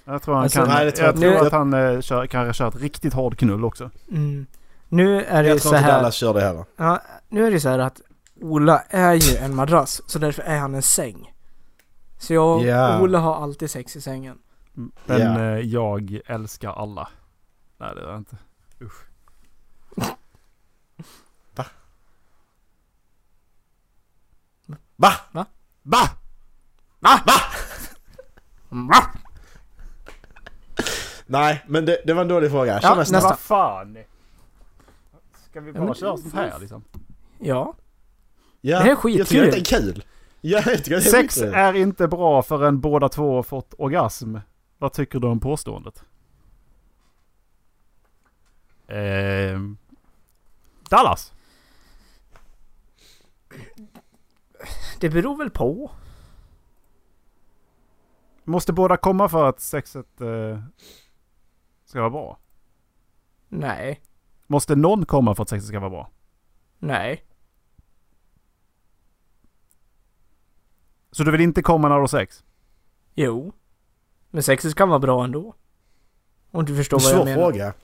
C: Jag tror, han
D: Alltså,
C: kan,
A: nej, det tror
C: jag
A: jag
C: tror
A: inte.
C: att han eh, kör, kan köra ett riktigt hård knull också.
D: Mm. Nu är det
A: Jag
D: så
A: tror inte
D: här.
A: Dallas kör det heller.
D: Ja, nu är det så här att Ola är ju en madrass, så därför är han en säng. Så jag och
A: Ja.
D: Ola har alltid sex i sängen.
C: Men
A: Ja.
C: eh, jag älskar alla. Nej, det gör jag inte. Usch.
A: Va? Va?
D: Va?
C: Va?
A: Nej, men det, det var en dålig fråga. Kör
D: Ja,
A: nästa.
D: nästa.
C: Vad fan? Ska vi bara
D: men-
C: köra sånt här liksom?
D: Ja.
A: Ja,
D: Det här är
A: Jag tycker
D: skitkul.
A: det är kul. Ja, jag tycker det är
C: Sex
A: skitkul.
C: är inte bra förrän båda två har fått orgasm. Vad tycker du om påståendet? Ehm, Dallas!
D: Det beror väl på.
C: Måste båda komma för att sexet eh, ska vara bra?
D: Nej.
C: Måste någon komma för att sexet ska vara bra?
D: Nej.
C: Så du vill inte komma när du har sex?
D: Jo. Men sexet kan vara bra ändå. Om du förstår vad
A: Svår
D: jag menar.
A: fråga.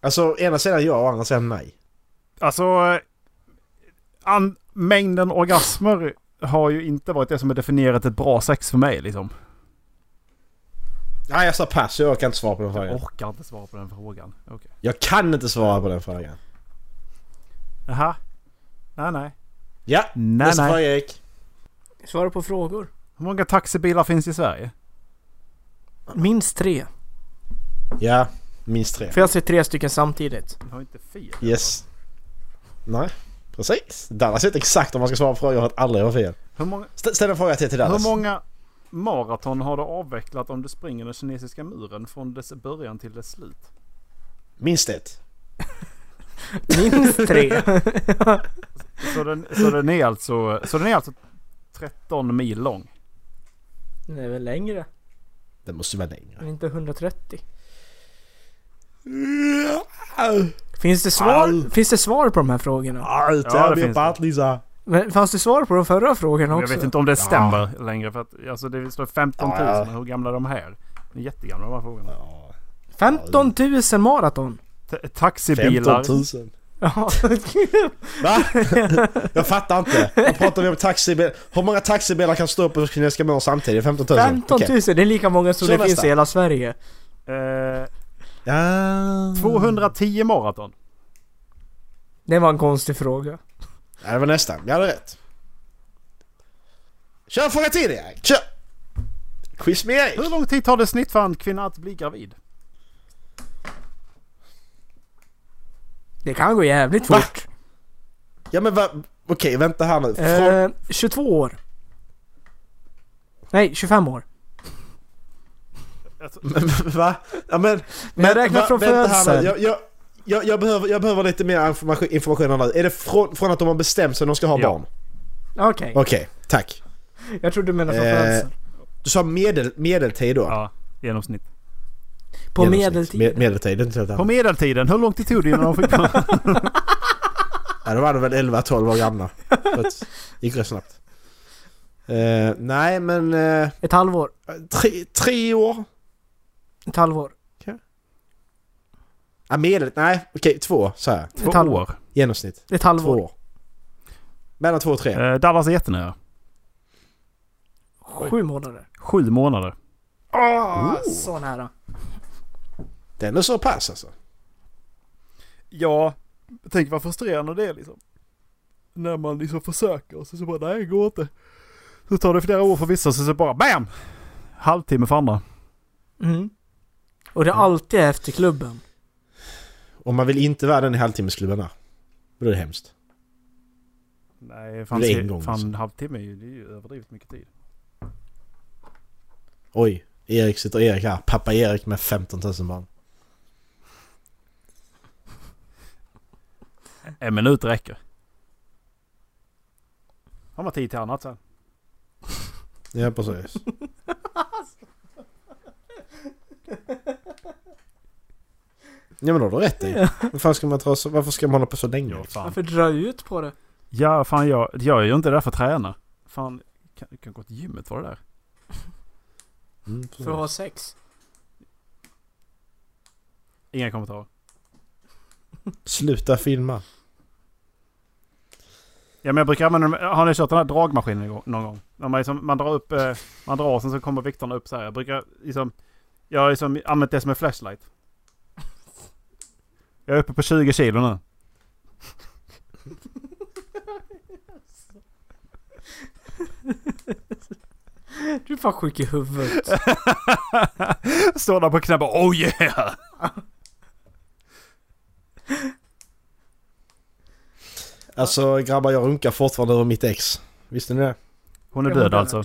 A: Alltså, å ena sidan ja, å andra sidan nej.
C: Alltså, eh, an- mängden orgasmer har ju inte varit det som har definierat ett bra sex för mig liksom.
A: Nej, jag sa pass. Jag kan inte svara på den frågan.
C: Jag orkar inte svara på den frågan. Okej.
A: Jag kan inte svara på den frågan.
C: Jaha? Nej, nej.
A: Ja,
C: Nej,
A: nästa
C: nej.
A: fråga Erik.
D: Svara på frågor.
C: Hur många taxibilar finns i Sverige?
D: Minst tre.
A: Ja, minst tre.
D: För jag ser tre
A: [LAUGHS]
D: stycken samtidigt.
C: Du har inte fel.
A: Yes. Nej, precis. Dallas vet exakt om man ska svara på frågor. Jag har aldrig varit fel.
C: Hur många,
A: St- ställ en fråga till till
C: hur
A: Dallas.
C: många maraton har du avvecklat om du springer den kinesiska muren från dess början till dess slut?
A: Minst ett.
D: Minst
A: [LAUGHS]
D: tre.
C: Så den, så den, är, alltså, så den är alltså 13 mil lång.
D: Det är väl längre.
A: Det måste ju vara längre.
D: Men inte 130. Finns det svar,
A: All-
D: finns det svar på de här frågorna?
A: Allt
C: Ja, det
A: är min
C: finns det.
A: partlisa.
D: Men fanns det svar på de förra frågorna
C: Men
D: också?
C: Jag vet inte om det stämmer längre för att alltså, det står 15 000.
A: Ja, ja.
C: Hur gamla är de här? De är jättegamla de här frågorna.
A: Ja,
D: 15 000 maraton!
C: Ta-
A: 15
C: taxibilar.
A: 000. [LAUGHS]
D: Ja,
A: Va? [LAUGHS] Jag fattar inte. Vad pratar vi om taxibilar? Hur många taxibilar kan stå upp på kinesiska mål samtidigt? 15 000?
D: 15 000!
A: Okej.
D: Det är lika många som
A: Kör
D: det finns
A: nästa.
D: i hela Sverige.
C: Eh,
A: Ja.
C: 210 maraton.
D: Det var en konstig fråga.
A: Ja, det var nästan. Jag hade rätt. Kör en fråga till Erik. Kör! Quiz med Erik.
C: Hur lång tid tar det i snitt för en kvinna att bli gravid?
D: Det kan gå jävligt
A: Va?
D: fort.
A: Ja men va? Okej, vänta här nu. Från...
D: Eh, 22 år. Nej, 25 år.
C: Alltså,
A: [LAUGHS] va? Ja men...
D: Men jag räknar
A: va-
D: från
A: vänta här nu.
D: födseln.
A: Jag, jag, jag, jag, behöver, jag behöver lite mer information, information här nu. Är det från, från att de har bestämt sig att de ska ha
C: Ja.
A: barn?
D: Okej,
A: Okej, tack.
D: jag trodde du menade från
A: Eh,
D: födseln.
A: Du sa medel, medeltid då?
C: ja, genomsnitt.
D: På
A: Genomsnitt.
D: medeltid.
A: Med, medeltid, det är inte helt
C: På medeltiden, hur lång tid tog det innan [LAUGHS] de fick barn?
A: Ja, då var de väl 11-12 år gamla. Så att, gick rätt snabbt. Eh, nej, men eh,
D: Ett halvår.
A: tre, tre år?
D: Ett halvår.
A: Ja, medel, nej, okej, två så här.
C: Två
D: halvår.
C: år.
A: Genomsnitt.
D: Ett
A: Två
D: halvår.
A: år. Mellan två och tre.
C: Eh, Dallas är jättenära.
D: Sju månader.
C: Sju månader.
D: Åh, Så nära.
A: Den är så pass alltså.
C: Ja, tänk vad frustrerande det är liksom. När man liksom försöker och så, så bara nej, det går inte. Så tar det flera år för vissa och så, så bara BAM! Halvtimme för andra.
D: Mm. Och det är alltid efter klubben.
A: Och man vill inte vara den i halvtimmesklubben där. Då är det hemskt.
C: Nej,
A: fan, Det är en se- gång, fan,
C: liksom.
A: alltså.
C: halvtimme är ju, det är ju överdrivet mycket tid.
A: Oj, Erik sitter Erik här. Pappa Erik med 15 000 barn.
C: En minut räcker. Har man tid till annat sen.
A: Ja, precis. Ja men då har du rätt i. Vad fan ska man ta så, varför ska man hålla på så länge?
C: Ja, fan.
D: Varför dra ut på det?
C: Ja, fan jag, jag är ju inte där för att träna. Fan, kan, kan gå till gymmet var det där.
A: Mm,
D: För att ha sex?
C: Inga kommentarer.
A: Sluta filma.
C: Ja men jag brukar använda dem- Har ni kört den här dragmaskinen igång- någon gång? När man, liksom, man drar upp, eh, man drar och sen så kommer vikterna upp så här. Jag brukar liksom, jag har liksom använt det som en flashlight. Jag är uppe på 20 kilo nu. [LAUGHS]
D: Du är fan sjuk i huvudet.
C: Står där på knä och bara, oh yeah!
A: Alltså grabbar jag runkar fortfarande över mitt ex. Visste ni det?
C: Hon är
D: Jag var
C: död
D: död.
C: alltså.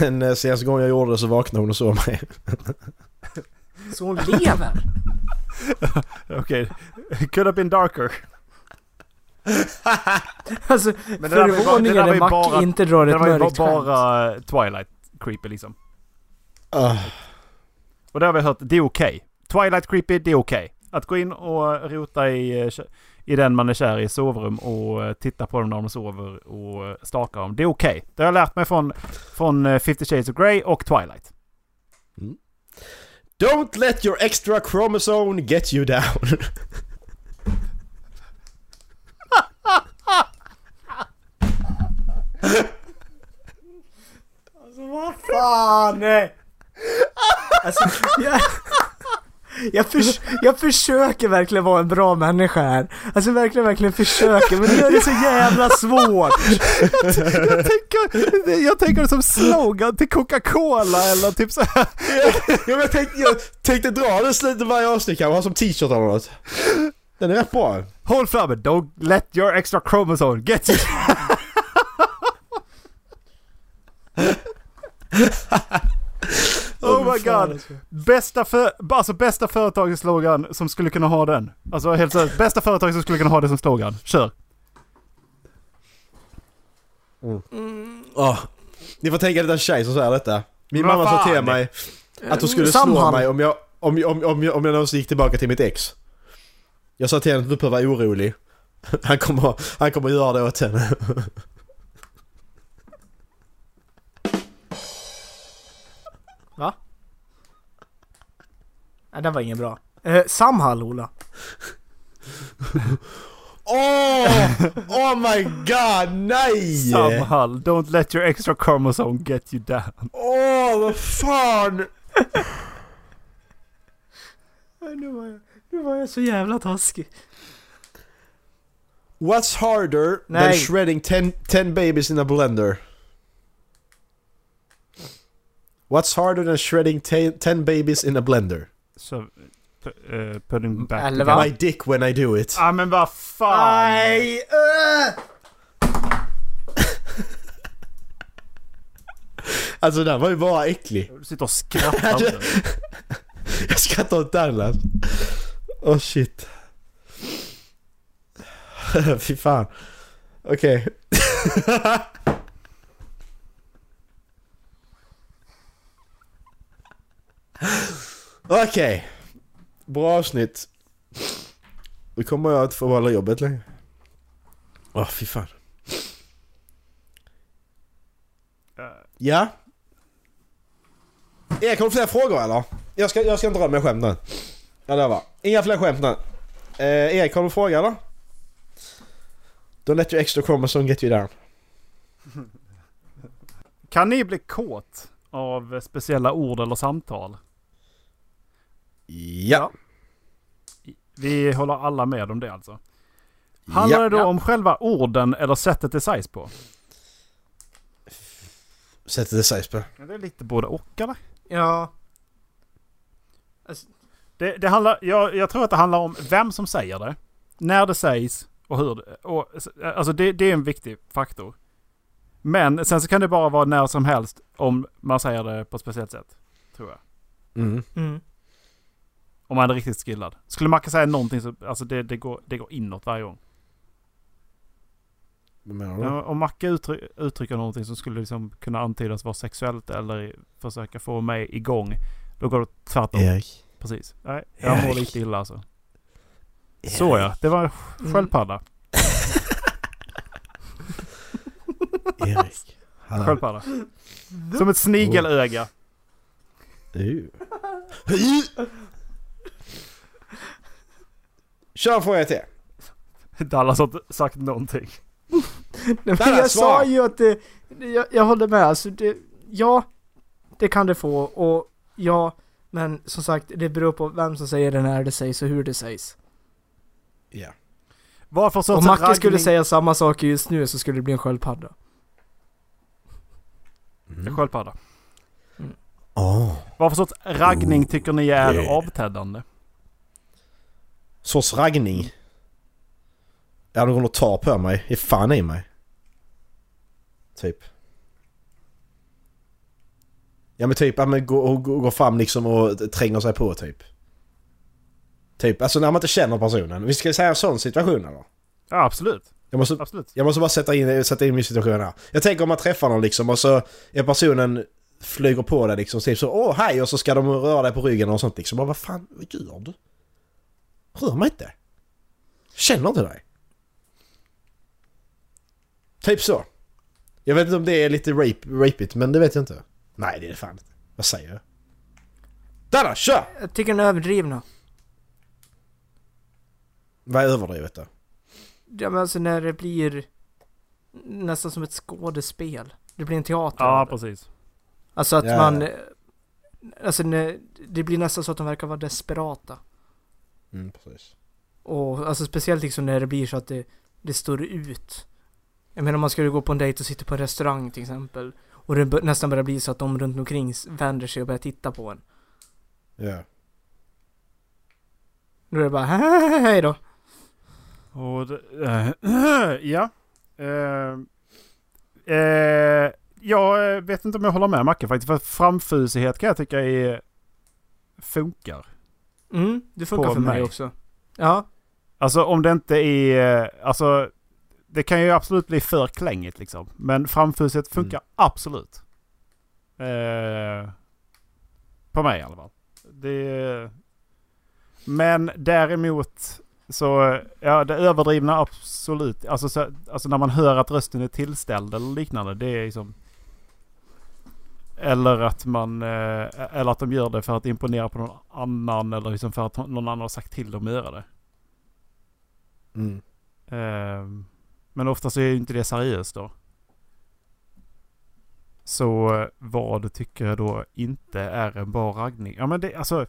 A: Men eh, senaste gången jag gjorde det så vaknade hon och såg mig.
D: Så hon [LAUGHS] lever?
C: Okej. Could have been darker.
D: Alltså,
C: Men det där var ju bara- det där
D: förvåningen
C: var
D: är
C: ju
D: Mac
C: bara-
D: inte drar
C: Det
D: ett
C: var ju
D: mörkt
C: bara,
D: skämt.
C: bara eh, Twilight creepy liksom.
A: Ah,
C: Och det har vi hört, det är okej. Twilight Creepy, det är okej. Att gå in och rota i, eh, kä- i den man är kär i sovrum och eh, titta på dem när de sover och eh, staka dem. Det är okej. Det har jag lärt mig från, från eh, 50 Shades of Grey och Twilight.
A: Don't let your extra chromosome get you down.
D: Alltså vad fan! Alltså, jag, jag, förs, jag försöker verkligen vara en bra människa här. Alltså verkligen, verkligen försöker men det är det så jävla svårt.
C: Jag tänker, jag tänker det som slogan till Coca-Cola eller typ så här.
A: ja, men jag, tänkte, jag tänkte dra den slutet varje avsnitt kanske, ha som t-shirt eller något. Den är rätt bra.
C: Håll framme, don't let your extra chromosome get you. oh my god. Bästa, för, alltså bästa företagets slogan som skulle kunna ha den. Alltså helt seriöst, bästa företag som skulle kunna ha det som slogan. Kör!
A: Oh. Ni får tänka er den tjej som säger detta. Min
C: Men
A: mamma
C: vad
A: sa till
C: fan?
A: mig att hon skulle slå
D: Samhall.
A: mig om jag, om, om, om, jag, om jag någonsin gick tillbaka till mitt ex. Jag sa till henne att du behöver vara orolig. [LAUGHS] Han kommer, han kommer göra det åt henne.
D: Va? Nej det var ingen bra. Eh, Samhall Ola.
A: Åh! Oh my god, nej!
C: Samhall, don't let your extra chromosome get you down.
A: Åh, vad fan!
D: Nu var jag, nu var jag så jävla taskig.
A: What's harder than
D: Nej.
A: shredding 10 babies in a blender? What's harder than shredding 10 babies in a blender?
C: So, uh, putting back together.
D: Eller va?
A: My dick when I do it.
C: Ah men vad fan!
D: Nej! eh.
A: Alltså den var ju bara äcklig.
C: Du sitter och skrattar åt den.
A: [LAUGHS] Jag skrattar åt Dallas. Åh oh, shit. [LAUGHS] Fy fan. Okej. [LAUGHS] Okej. Bra avsnitt. Nu kommer jag inte få behålla jobbet längre. Åh fy fan. Ja? Erik, har du fler frågor eller? Jag ska, jag ska inte dra mer skämt nu. Jag lovar. Inga fler skämt nu. Eh, Erik, har du en fråga eller? Don't let your extra chromosome get you down.
C: Kan ni bli kåt av speciella ord eller samtal?
A: Ja.
C: Vi håller alla med om det alltså. Handlar det då om själva orden eller sättet det sägs på?
A: Sättet det sägs på.
C: Det är lite både och eller?
D: Ja.
C: Det, det handlar, jag, jag tror att det handlar om vem som säger det, när det sägs och hur det... Och, alltså det, det är en viktig faktor. Men sen så kan det bara vara när som helst om man säger det på ett speciellt sätt. Tror jag.
A: Mm.
D: Mm.
C: Om man är riktigt skillad. Skulle man kunna säga någonting så... Alltså det, det, går, det går inåt varje gång.
A: Vad menar du?
C: Ja, om Macke uttry- uttrycker någonting som skulle liksom kunna antydas vara sexuellt eller försöka få mig igång. Då går det tvärtom.
A: Erik.
C: Precis. Nej, jag mår
A: Erik.
C: lite illa alltså. Så ja, det var en sk-
D: Mm.
C: sköldpadda.
A: Erik. Hallå.
C: Sköldpadda. Som ett snigelöga.
A: Uh. Kör en fråga till.
C: Dallas har inte sagt någonting.
D: Nej,
A: Där,
D: men jag
A: svara.
D: sa ju att det, det- jag, jag håller med. Alltså det, ja, det kan det få och ja, men som sagt, det beror på vem som säger det, när det sägs och hur det sägs.
A: Ja.
C: Varför sorts
D: Om Macke
C: raggning-
D: skulle säga samma saker just nu så skulle det bli en sköldpadda.
A: Mm.
C: Sköldpadda.
A: Oh.
C: Varför sorts raggning
D: Oh.
A: Ooh,
C: tycker ni är
A: yeah.
C: avtändande?
A: Sorts raggning. Ja, de håller och tar på mig. Ge fan i mig. Typ. Ja men typ, ja men går gå, gå fram liksom och tränger sig på typ. Typ, alltså när man inte känner personen. Vi ska säga en sån situation eller?
C: Ja, absolut.
A: Jag måste,
C: Absolut.
A: jag måste bara sätta in, sätta in min situation här. Jag tänker om man träffar någon liksom och så är personen flyger på dig liksom typ så åh hej och så ska de röra dig på ryggen och sånt liksom. Bara, vad fan, vad gör du? Rör mig inte. Känner inte dig. Typ så. Jag vet inte om det är lite rape, rapeigt men det vet jag inte. Nej det är det fan inte. Vad säger jag? Danna, kör!
D: Jag tycker den är överdrivna.
A: Vad är överdrivet då?
D: Ja men alltså när det blir nästan som ett skådespel. Det blir en teater.
C: Ja, precis.
D: Alltså att
A: Ja, ja.
D: man... Alltså när- det blir nästan så att de verkar vara desperata.
A: Mm, precis.
D: Och alltså speciellt liksom när det blir så att det, det står ut. Jag menar om man skulle gå på en dejt och sitta på en restaurang till exempel. Och det bör, nästan börjar bli så att de runt omkring s- vänder sig och börjar titta på en.
A: Ja.
D: Då är det bara [LAUGHS] hej, hej då.
C: Och det, [CLEARS THROAT] ja. Eh, eh, jag vet inte om jag håller med Macke faktiskt. För framfusighet kan jag tycka är... Funkar.
D: Mm, det funkar
C: På
D: för mig.
C: mig.
D: också. Ja,
C: Alltså om det inte är... Alltså... Det kan ju absolut bli för klängigt liksom. Men framfuset funkar absolut. Eh, på mig i alla fall. Det... Men däremot så... Ja, det överdrivna absolut. Alltså, så, alltså när man hör att rösten är tillställd eller liknande. Det är liksom... Eller att man... eh, Eller att de gör det för att imponera på någon annan. Eller liksom för att någon annan har sagt till dem att göra det.
A: Mm.
C: Ehm, Men ofta så är ju inte det seriöst då. Så eh, vad tycker jag då inte är en bra raggning? Ja men det, alltså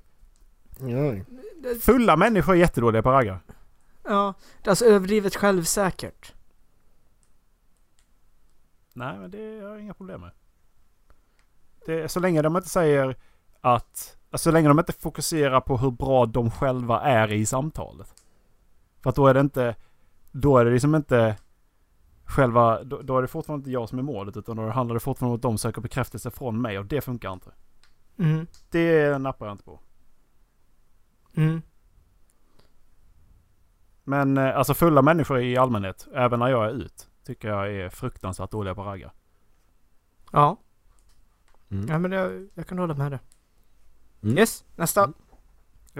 A: Ja.
C: fulla människor är jättedåliga på att ragga.
D: ja. Det är alltså överdrivet självsäkert.
C: Nej men det har jag inga problem med. Det, så länge de inte säger att, alltså, så länge de inte fokuserar på hur bra de själva är i samtalet. För att då är det inte, då är det liksom inte själva, då, då är det fortfarande inte jag som är målet utan då handlar det fortfarande om att de söker bekräftelse från mig och det funkar inte.
D: Mm,
C: Det nappar jag inte på.
D: mm.
C: Men eh, alltså fulla människor i allmänhet, även när jag är ut, tycker jag är fruktansvärt dåliga på att ragga.
D: Ja.
A: Mm.
D: Ja men jag, jag kan hålla med det.
A: Mm.
D: Yes, nästa.
A: Mm.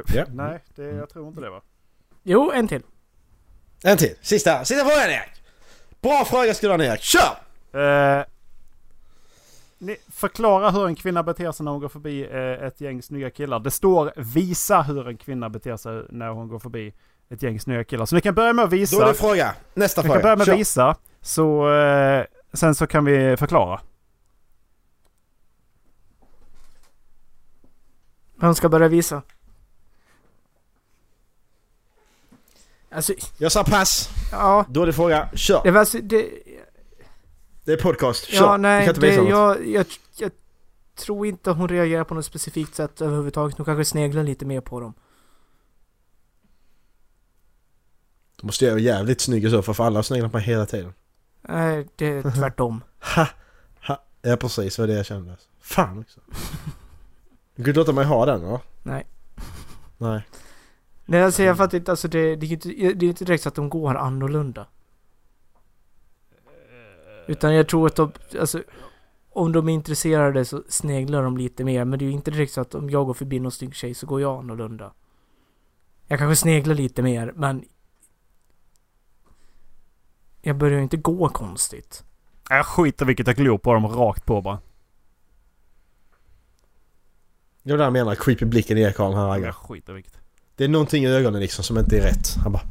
A: Ja.
C: Nej, det, jag tror inte det va?
D: Jo, en till.
A: En till. Sista, sista frågan Erik! Bra fråga skulle du ha Erik. Kör!
C: Eh, ni, förklara hur en kvinna beter sig när hon går förbi eh, ett gäng snygga killar. Det står visa hur en kvinna beter sig när hon går förbi ett gäng snygga killar. Så ni kan börja med att
A: Då är det
C: visa.
A: fråga. Nästa
C: Ni kan börja
A: fråga.
C: med
A: Kör.
C: att visa. Så eh, sen så kan vi förklara.
D: Vem ska börja visa? Alltså,
A: Jag sa pass.
D: ja.
A: Dålig fråga. Kör.
D: Det var alltså, det,
A: Det är podcast. Kör.
D: ja,
A: du
D: nej,
A: kan inte
D: det,
A: visa något.
D: jag, jag, jag tror inte hon reagerar på något specifikt sätt överhuvudtaget. Hon kanske sneglar lite mer på dem.
A: Då måste jag vara jävligt snygg i så fall, för alla sneglar på mig hela tiden.
D: Nej, det
A: [LAUGHS]
D: är tvärtom.
A: Ha! Ha! Ja, precis. Det var det jag kände. Fan
D: [LAUGHS]
A: också. Du kunde låta mig ha den, va?
D: Nej.
A: Nej.
D: Nej, alltså
A: Mm.
D: jag fattar inte, alltså det, det är ju inte, det är ju inte direkt så att de går annorlunda.
A: Eh,
D: Utan jag tror att de, alltså om de är intresserade så sneglar de lite mer. Men det är ju inte direkt så att om jag går förbi någon snygg tjej så går jag annorlunda. Jag kanske sneglar lite mer, men jag börjar ju inte gå konstigt.
C: Jag skiter vilket jag glor på dem rakt på bara.
A: Det var det han menar. Creepy blicken i ekarlen här Ragge.
C: Jag skiter vilket.
A: Det är någonting i ögonen liksom som inte är rätt. Han bara...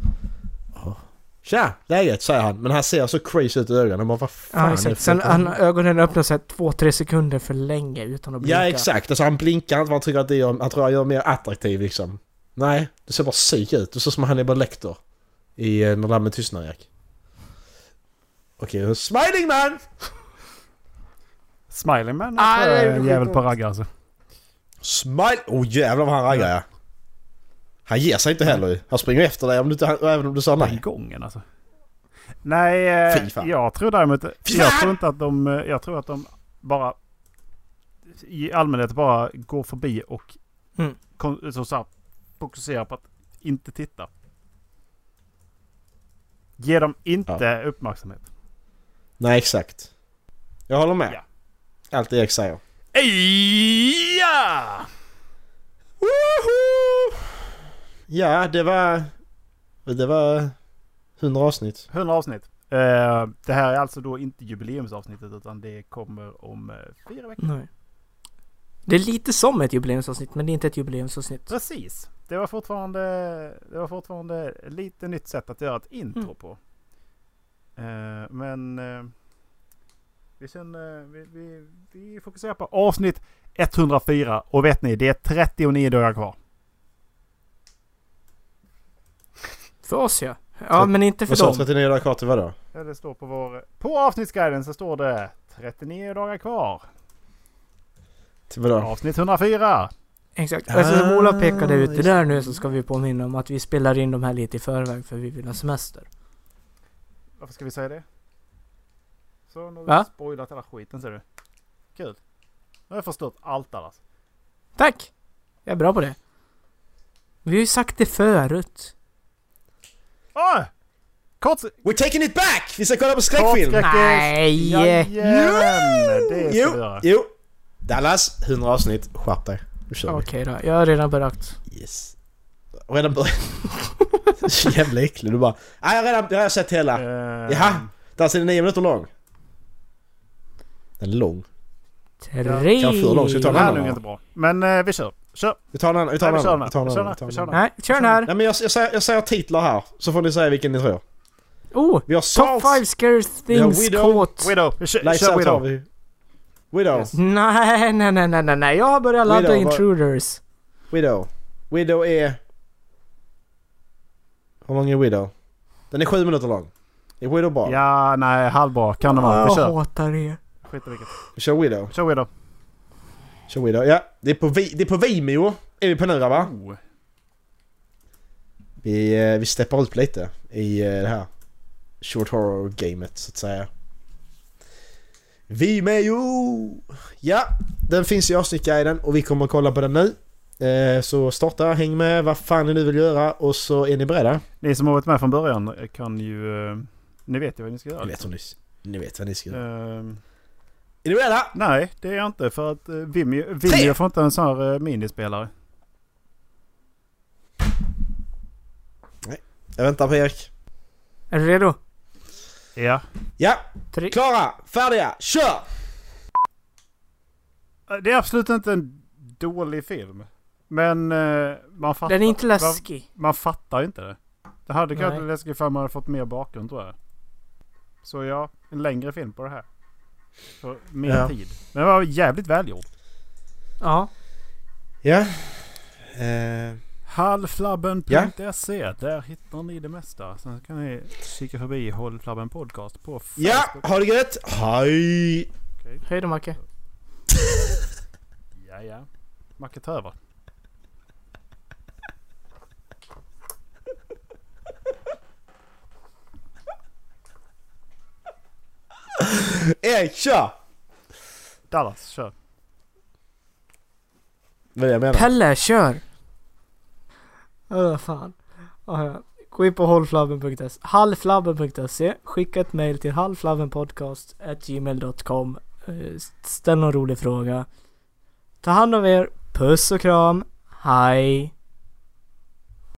A: "Jaha." Tja! Läget? säger han. Men han ser så crazy ut i ögonen. Man bara, vad fan
D: Ja,
A: är det
D: exakt.
A: för-
D: Sen han, ögonen öppnar sig två, tre sekunder för länge utan att blinka.
A: Ja exakt, alltså han blinkar inte för han tycker att det gör, han tror jag gör mer attraktiv liksom. Nej, du ser bara psyk ut. Du ser som han är bara lektor. I eh, När lammet tystnar Jack. Okej, smiling man!
C: Smiley man
D: Ah,
C: tror jag
D: det
C: är
D: är
C: en
D: skit
C: jävel
D: åt.
C: på raggar alltså.
A: Smile! Oh jävlar vad han raggar ja. Han ger sig inte heller ju. Han springer efter dig om du, inte- även om du sa
C: Den
A: nej.
C: gången alltså. Nej, eh,
A: Fy fan.
C: jag tror däremot...
A: Fy
C: Jag
A: fan!
C: tror inte att de... eh, Jag tror att de bara... I allmänhet bara går förbi och
D: Mm.
C: kon- så, så här, fokuserar på att inte titta. Ge dem inte uppmärksamhet.
A: Nej exakt. Jag håller med.
C: Ja.
A: Allt det Erik säger.
C: Ja!
A: Woho! Ja, det var... Det var... 100 avsnitt.
C: 100 avsnitt. Eh, det här är alltså då inte jubileumsavsnittet utan det kommer om eh, fyra veckor.
D: Nej. Det är lite som ett jubileumsavsnitt, men det är inte ett jubileumsavsnitt.
C: Precis. Det var fortfarande, det var fortfarande lite nytt sätt att göra ett intro
D: Mm.
C: på. Eh, men eh, vi, sen, eh, vi, vi, vi fokuserar på avsnitt 104 och vet ni, det är 39 dagar kvar.
D: För oss ja. Ja, men inte för
A: Vad sa
D: dem.
A: 39 dagar kvar till vadå?
C: Ja, Det står på vår... På avsnittsguiden så står det 39 dagar kvar.
A: Till vadå?
C: Avsnitt 104.
D: Exakt. Eftersom Ola pekade ut det
A: Ah, just
D: där nu så ska vi påminna om att vi spelar in de här lite i förväg för vi vill ha semester.
C: Varför ska vi säga det? Så nu har
D: Va?
C: vi spoilat hela skiten ser du. Kul. Nu har jag förstört allt Dallas.
D: Tack! Jag är bra på det. Vi har ju sagt det förut.
C: Åh! Kort...
A: We're taking it back! Vi ska kolla på skräckfilm!
C: Kortskräck-
D: Nej!
C: Jajamän! Det ska vi
A: Jo,
C: göra.
A: jo! Dallas, 100 avsnitt. Skärp dig. Nu kör vi.
D: Okej då, jag har redan börjat.
A: Yes. Och redan börjat. [LAUGHS] Så jävla äcklig. Du bara... Nej, jag har redan jag har sett hela.
C: Eh,
A: Jaha! Dansen är nio minuter lång. Den är lång.
D: Tre...
A: Kan jag få långt, så vi tar
C: Det
A: den
C: här är
A: andra.
C: nog inte bra. Men eh, vi kör. Kör!
A: Vi tar en annan. Vi tar
C: Nej,
A: en
C: vi kör
A: annan.
C: den här.
A: Vi tar en
C: Vi kör den
A: annan. Vi tar en annan.
C: här. Vi kör den här.
D: Nej, kör den här!
A: Nej men jag, jag, säger, jag säger titlar här, så får ni säga vilken ni tror.
D: Oh!
A: Vi har Salt,
D: Top 5 scary things
A: Widow.
D: caught!
C: Widow! Vi kör,
A: Lights
C: kör
A: Out har
C: Widow!
A: vi. Widow,
C: Yes.
D: Nej, nej, nej, nej, nej, nej. Jag har börjat ladda
A: Widow, vad-
D: intruders.
A: Widow. Widow är... Hur lång är Widow? Den är sju minuter lång. Är Widow bra?
C: Ja, nej, halvbra. Kan de vara. Vi
D: jag
C: kör.
D: hatar det.
C: Skit i vilket.
A: Vi kör Widow.
C: Kör Widow.
A: Kör Widow. Ja, det är på, vi, det är på Vimeo. Är vi på nu va?
C: Oh.
A: Vi, eh, vi steppar ut lite i eh, det här short horror-gamet så att säga. Vimeo! Ja, den finns i avsnittguiden och vi kommer att kolla på den nu. Eh, Så starta, häng med, vad fan ni nu vill göra och så är ni beredda.
C: Ni som har varit med från början kan ju... eh, Ni vet ju vad ni ska göra.
A: Ni vet, vad ni, ni vet vad ni ska göra.
C: Eh,
A: Är ni beredda?
C: Nej, det är jag inte för att eh, Vimeo,
A: Tre.
C: Vimeo får inte en sån här eh, minispelare.
A: Jag väntar på Erik.
D: Är du redo?
C: Ja.
A: Ja,
D: Tre...
A: klara, färdiga, kör!
C: Eh, Det är absolut inte en dålig film. Men eh, man fattar...
D: Den är inte
C: man-
D: läskig.
C: Man fattar ju inte det. Det hade kanske varit
D: Nej.
C: läskigt ifall man hade fått mer bakgrund tror jag. Så ja, en längre film på det här. För mer
A: Ja.
C: tid. Men det var jävligt välgjort.
D: Ja.
A: Ja. Eh,
C: Hallflabben.se, E, där hittar ni det mesta. Sen kan ni kika förbi Håll Flabben Podcast på
A: ja,
C: Facebook.
A: ha det gött! Hej!
C: Okej.
D: Hej då Macke.
C: Ja, ja. Macke tar över.
A: Erik, kör!
C: Dallas, kör.
A: Vad är det jag menar?
D: Pelle, kör! Ja, vad fan. Ja, ja. Gå in på hallflabben.se hallflabben.se E. Skicka ett mail till hallflabbenpodcast.gmail.com Eh, Ställ någon rolig fråga. Ta hand om er. Puss och kram. Hej!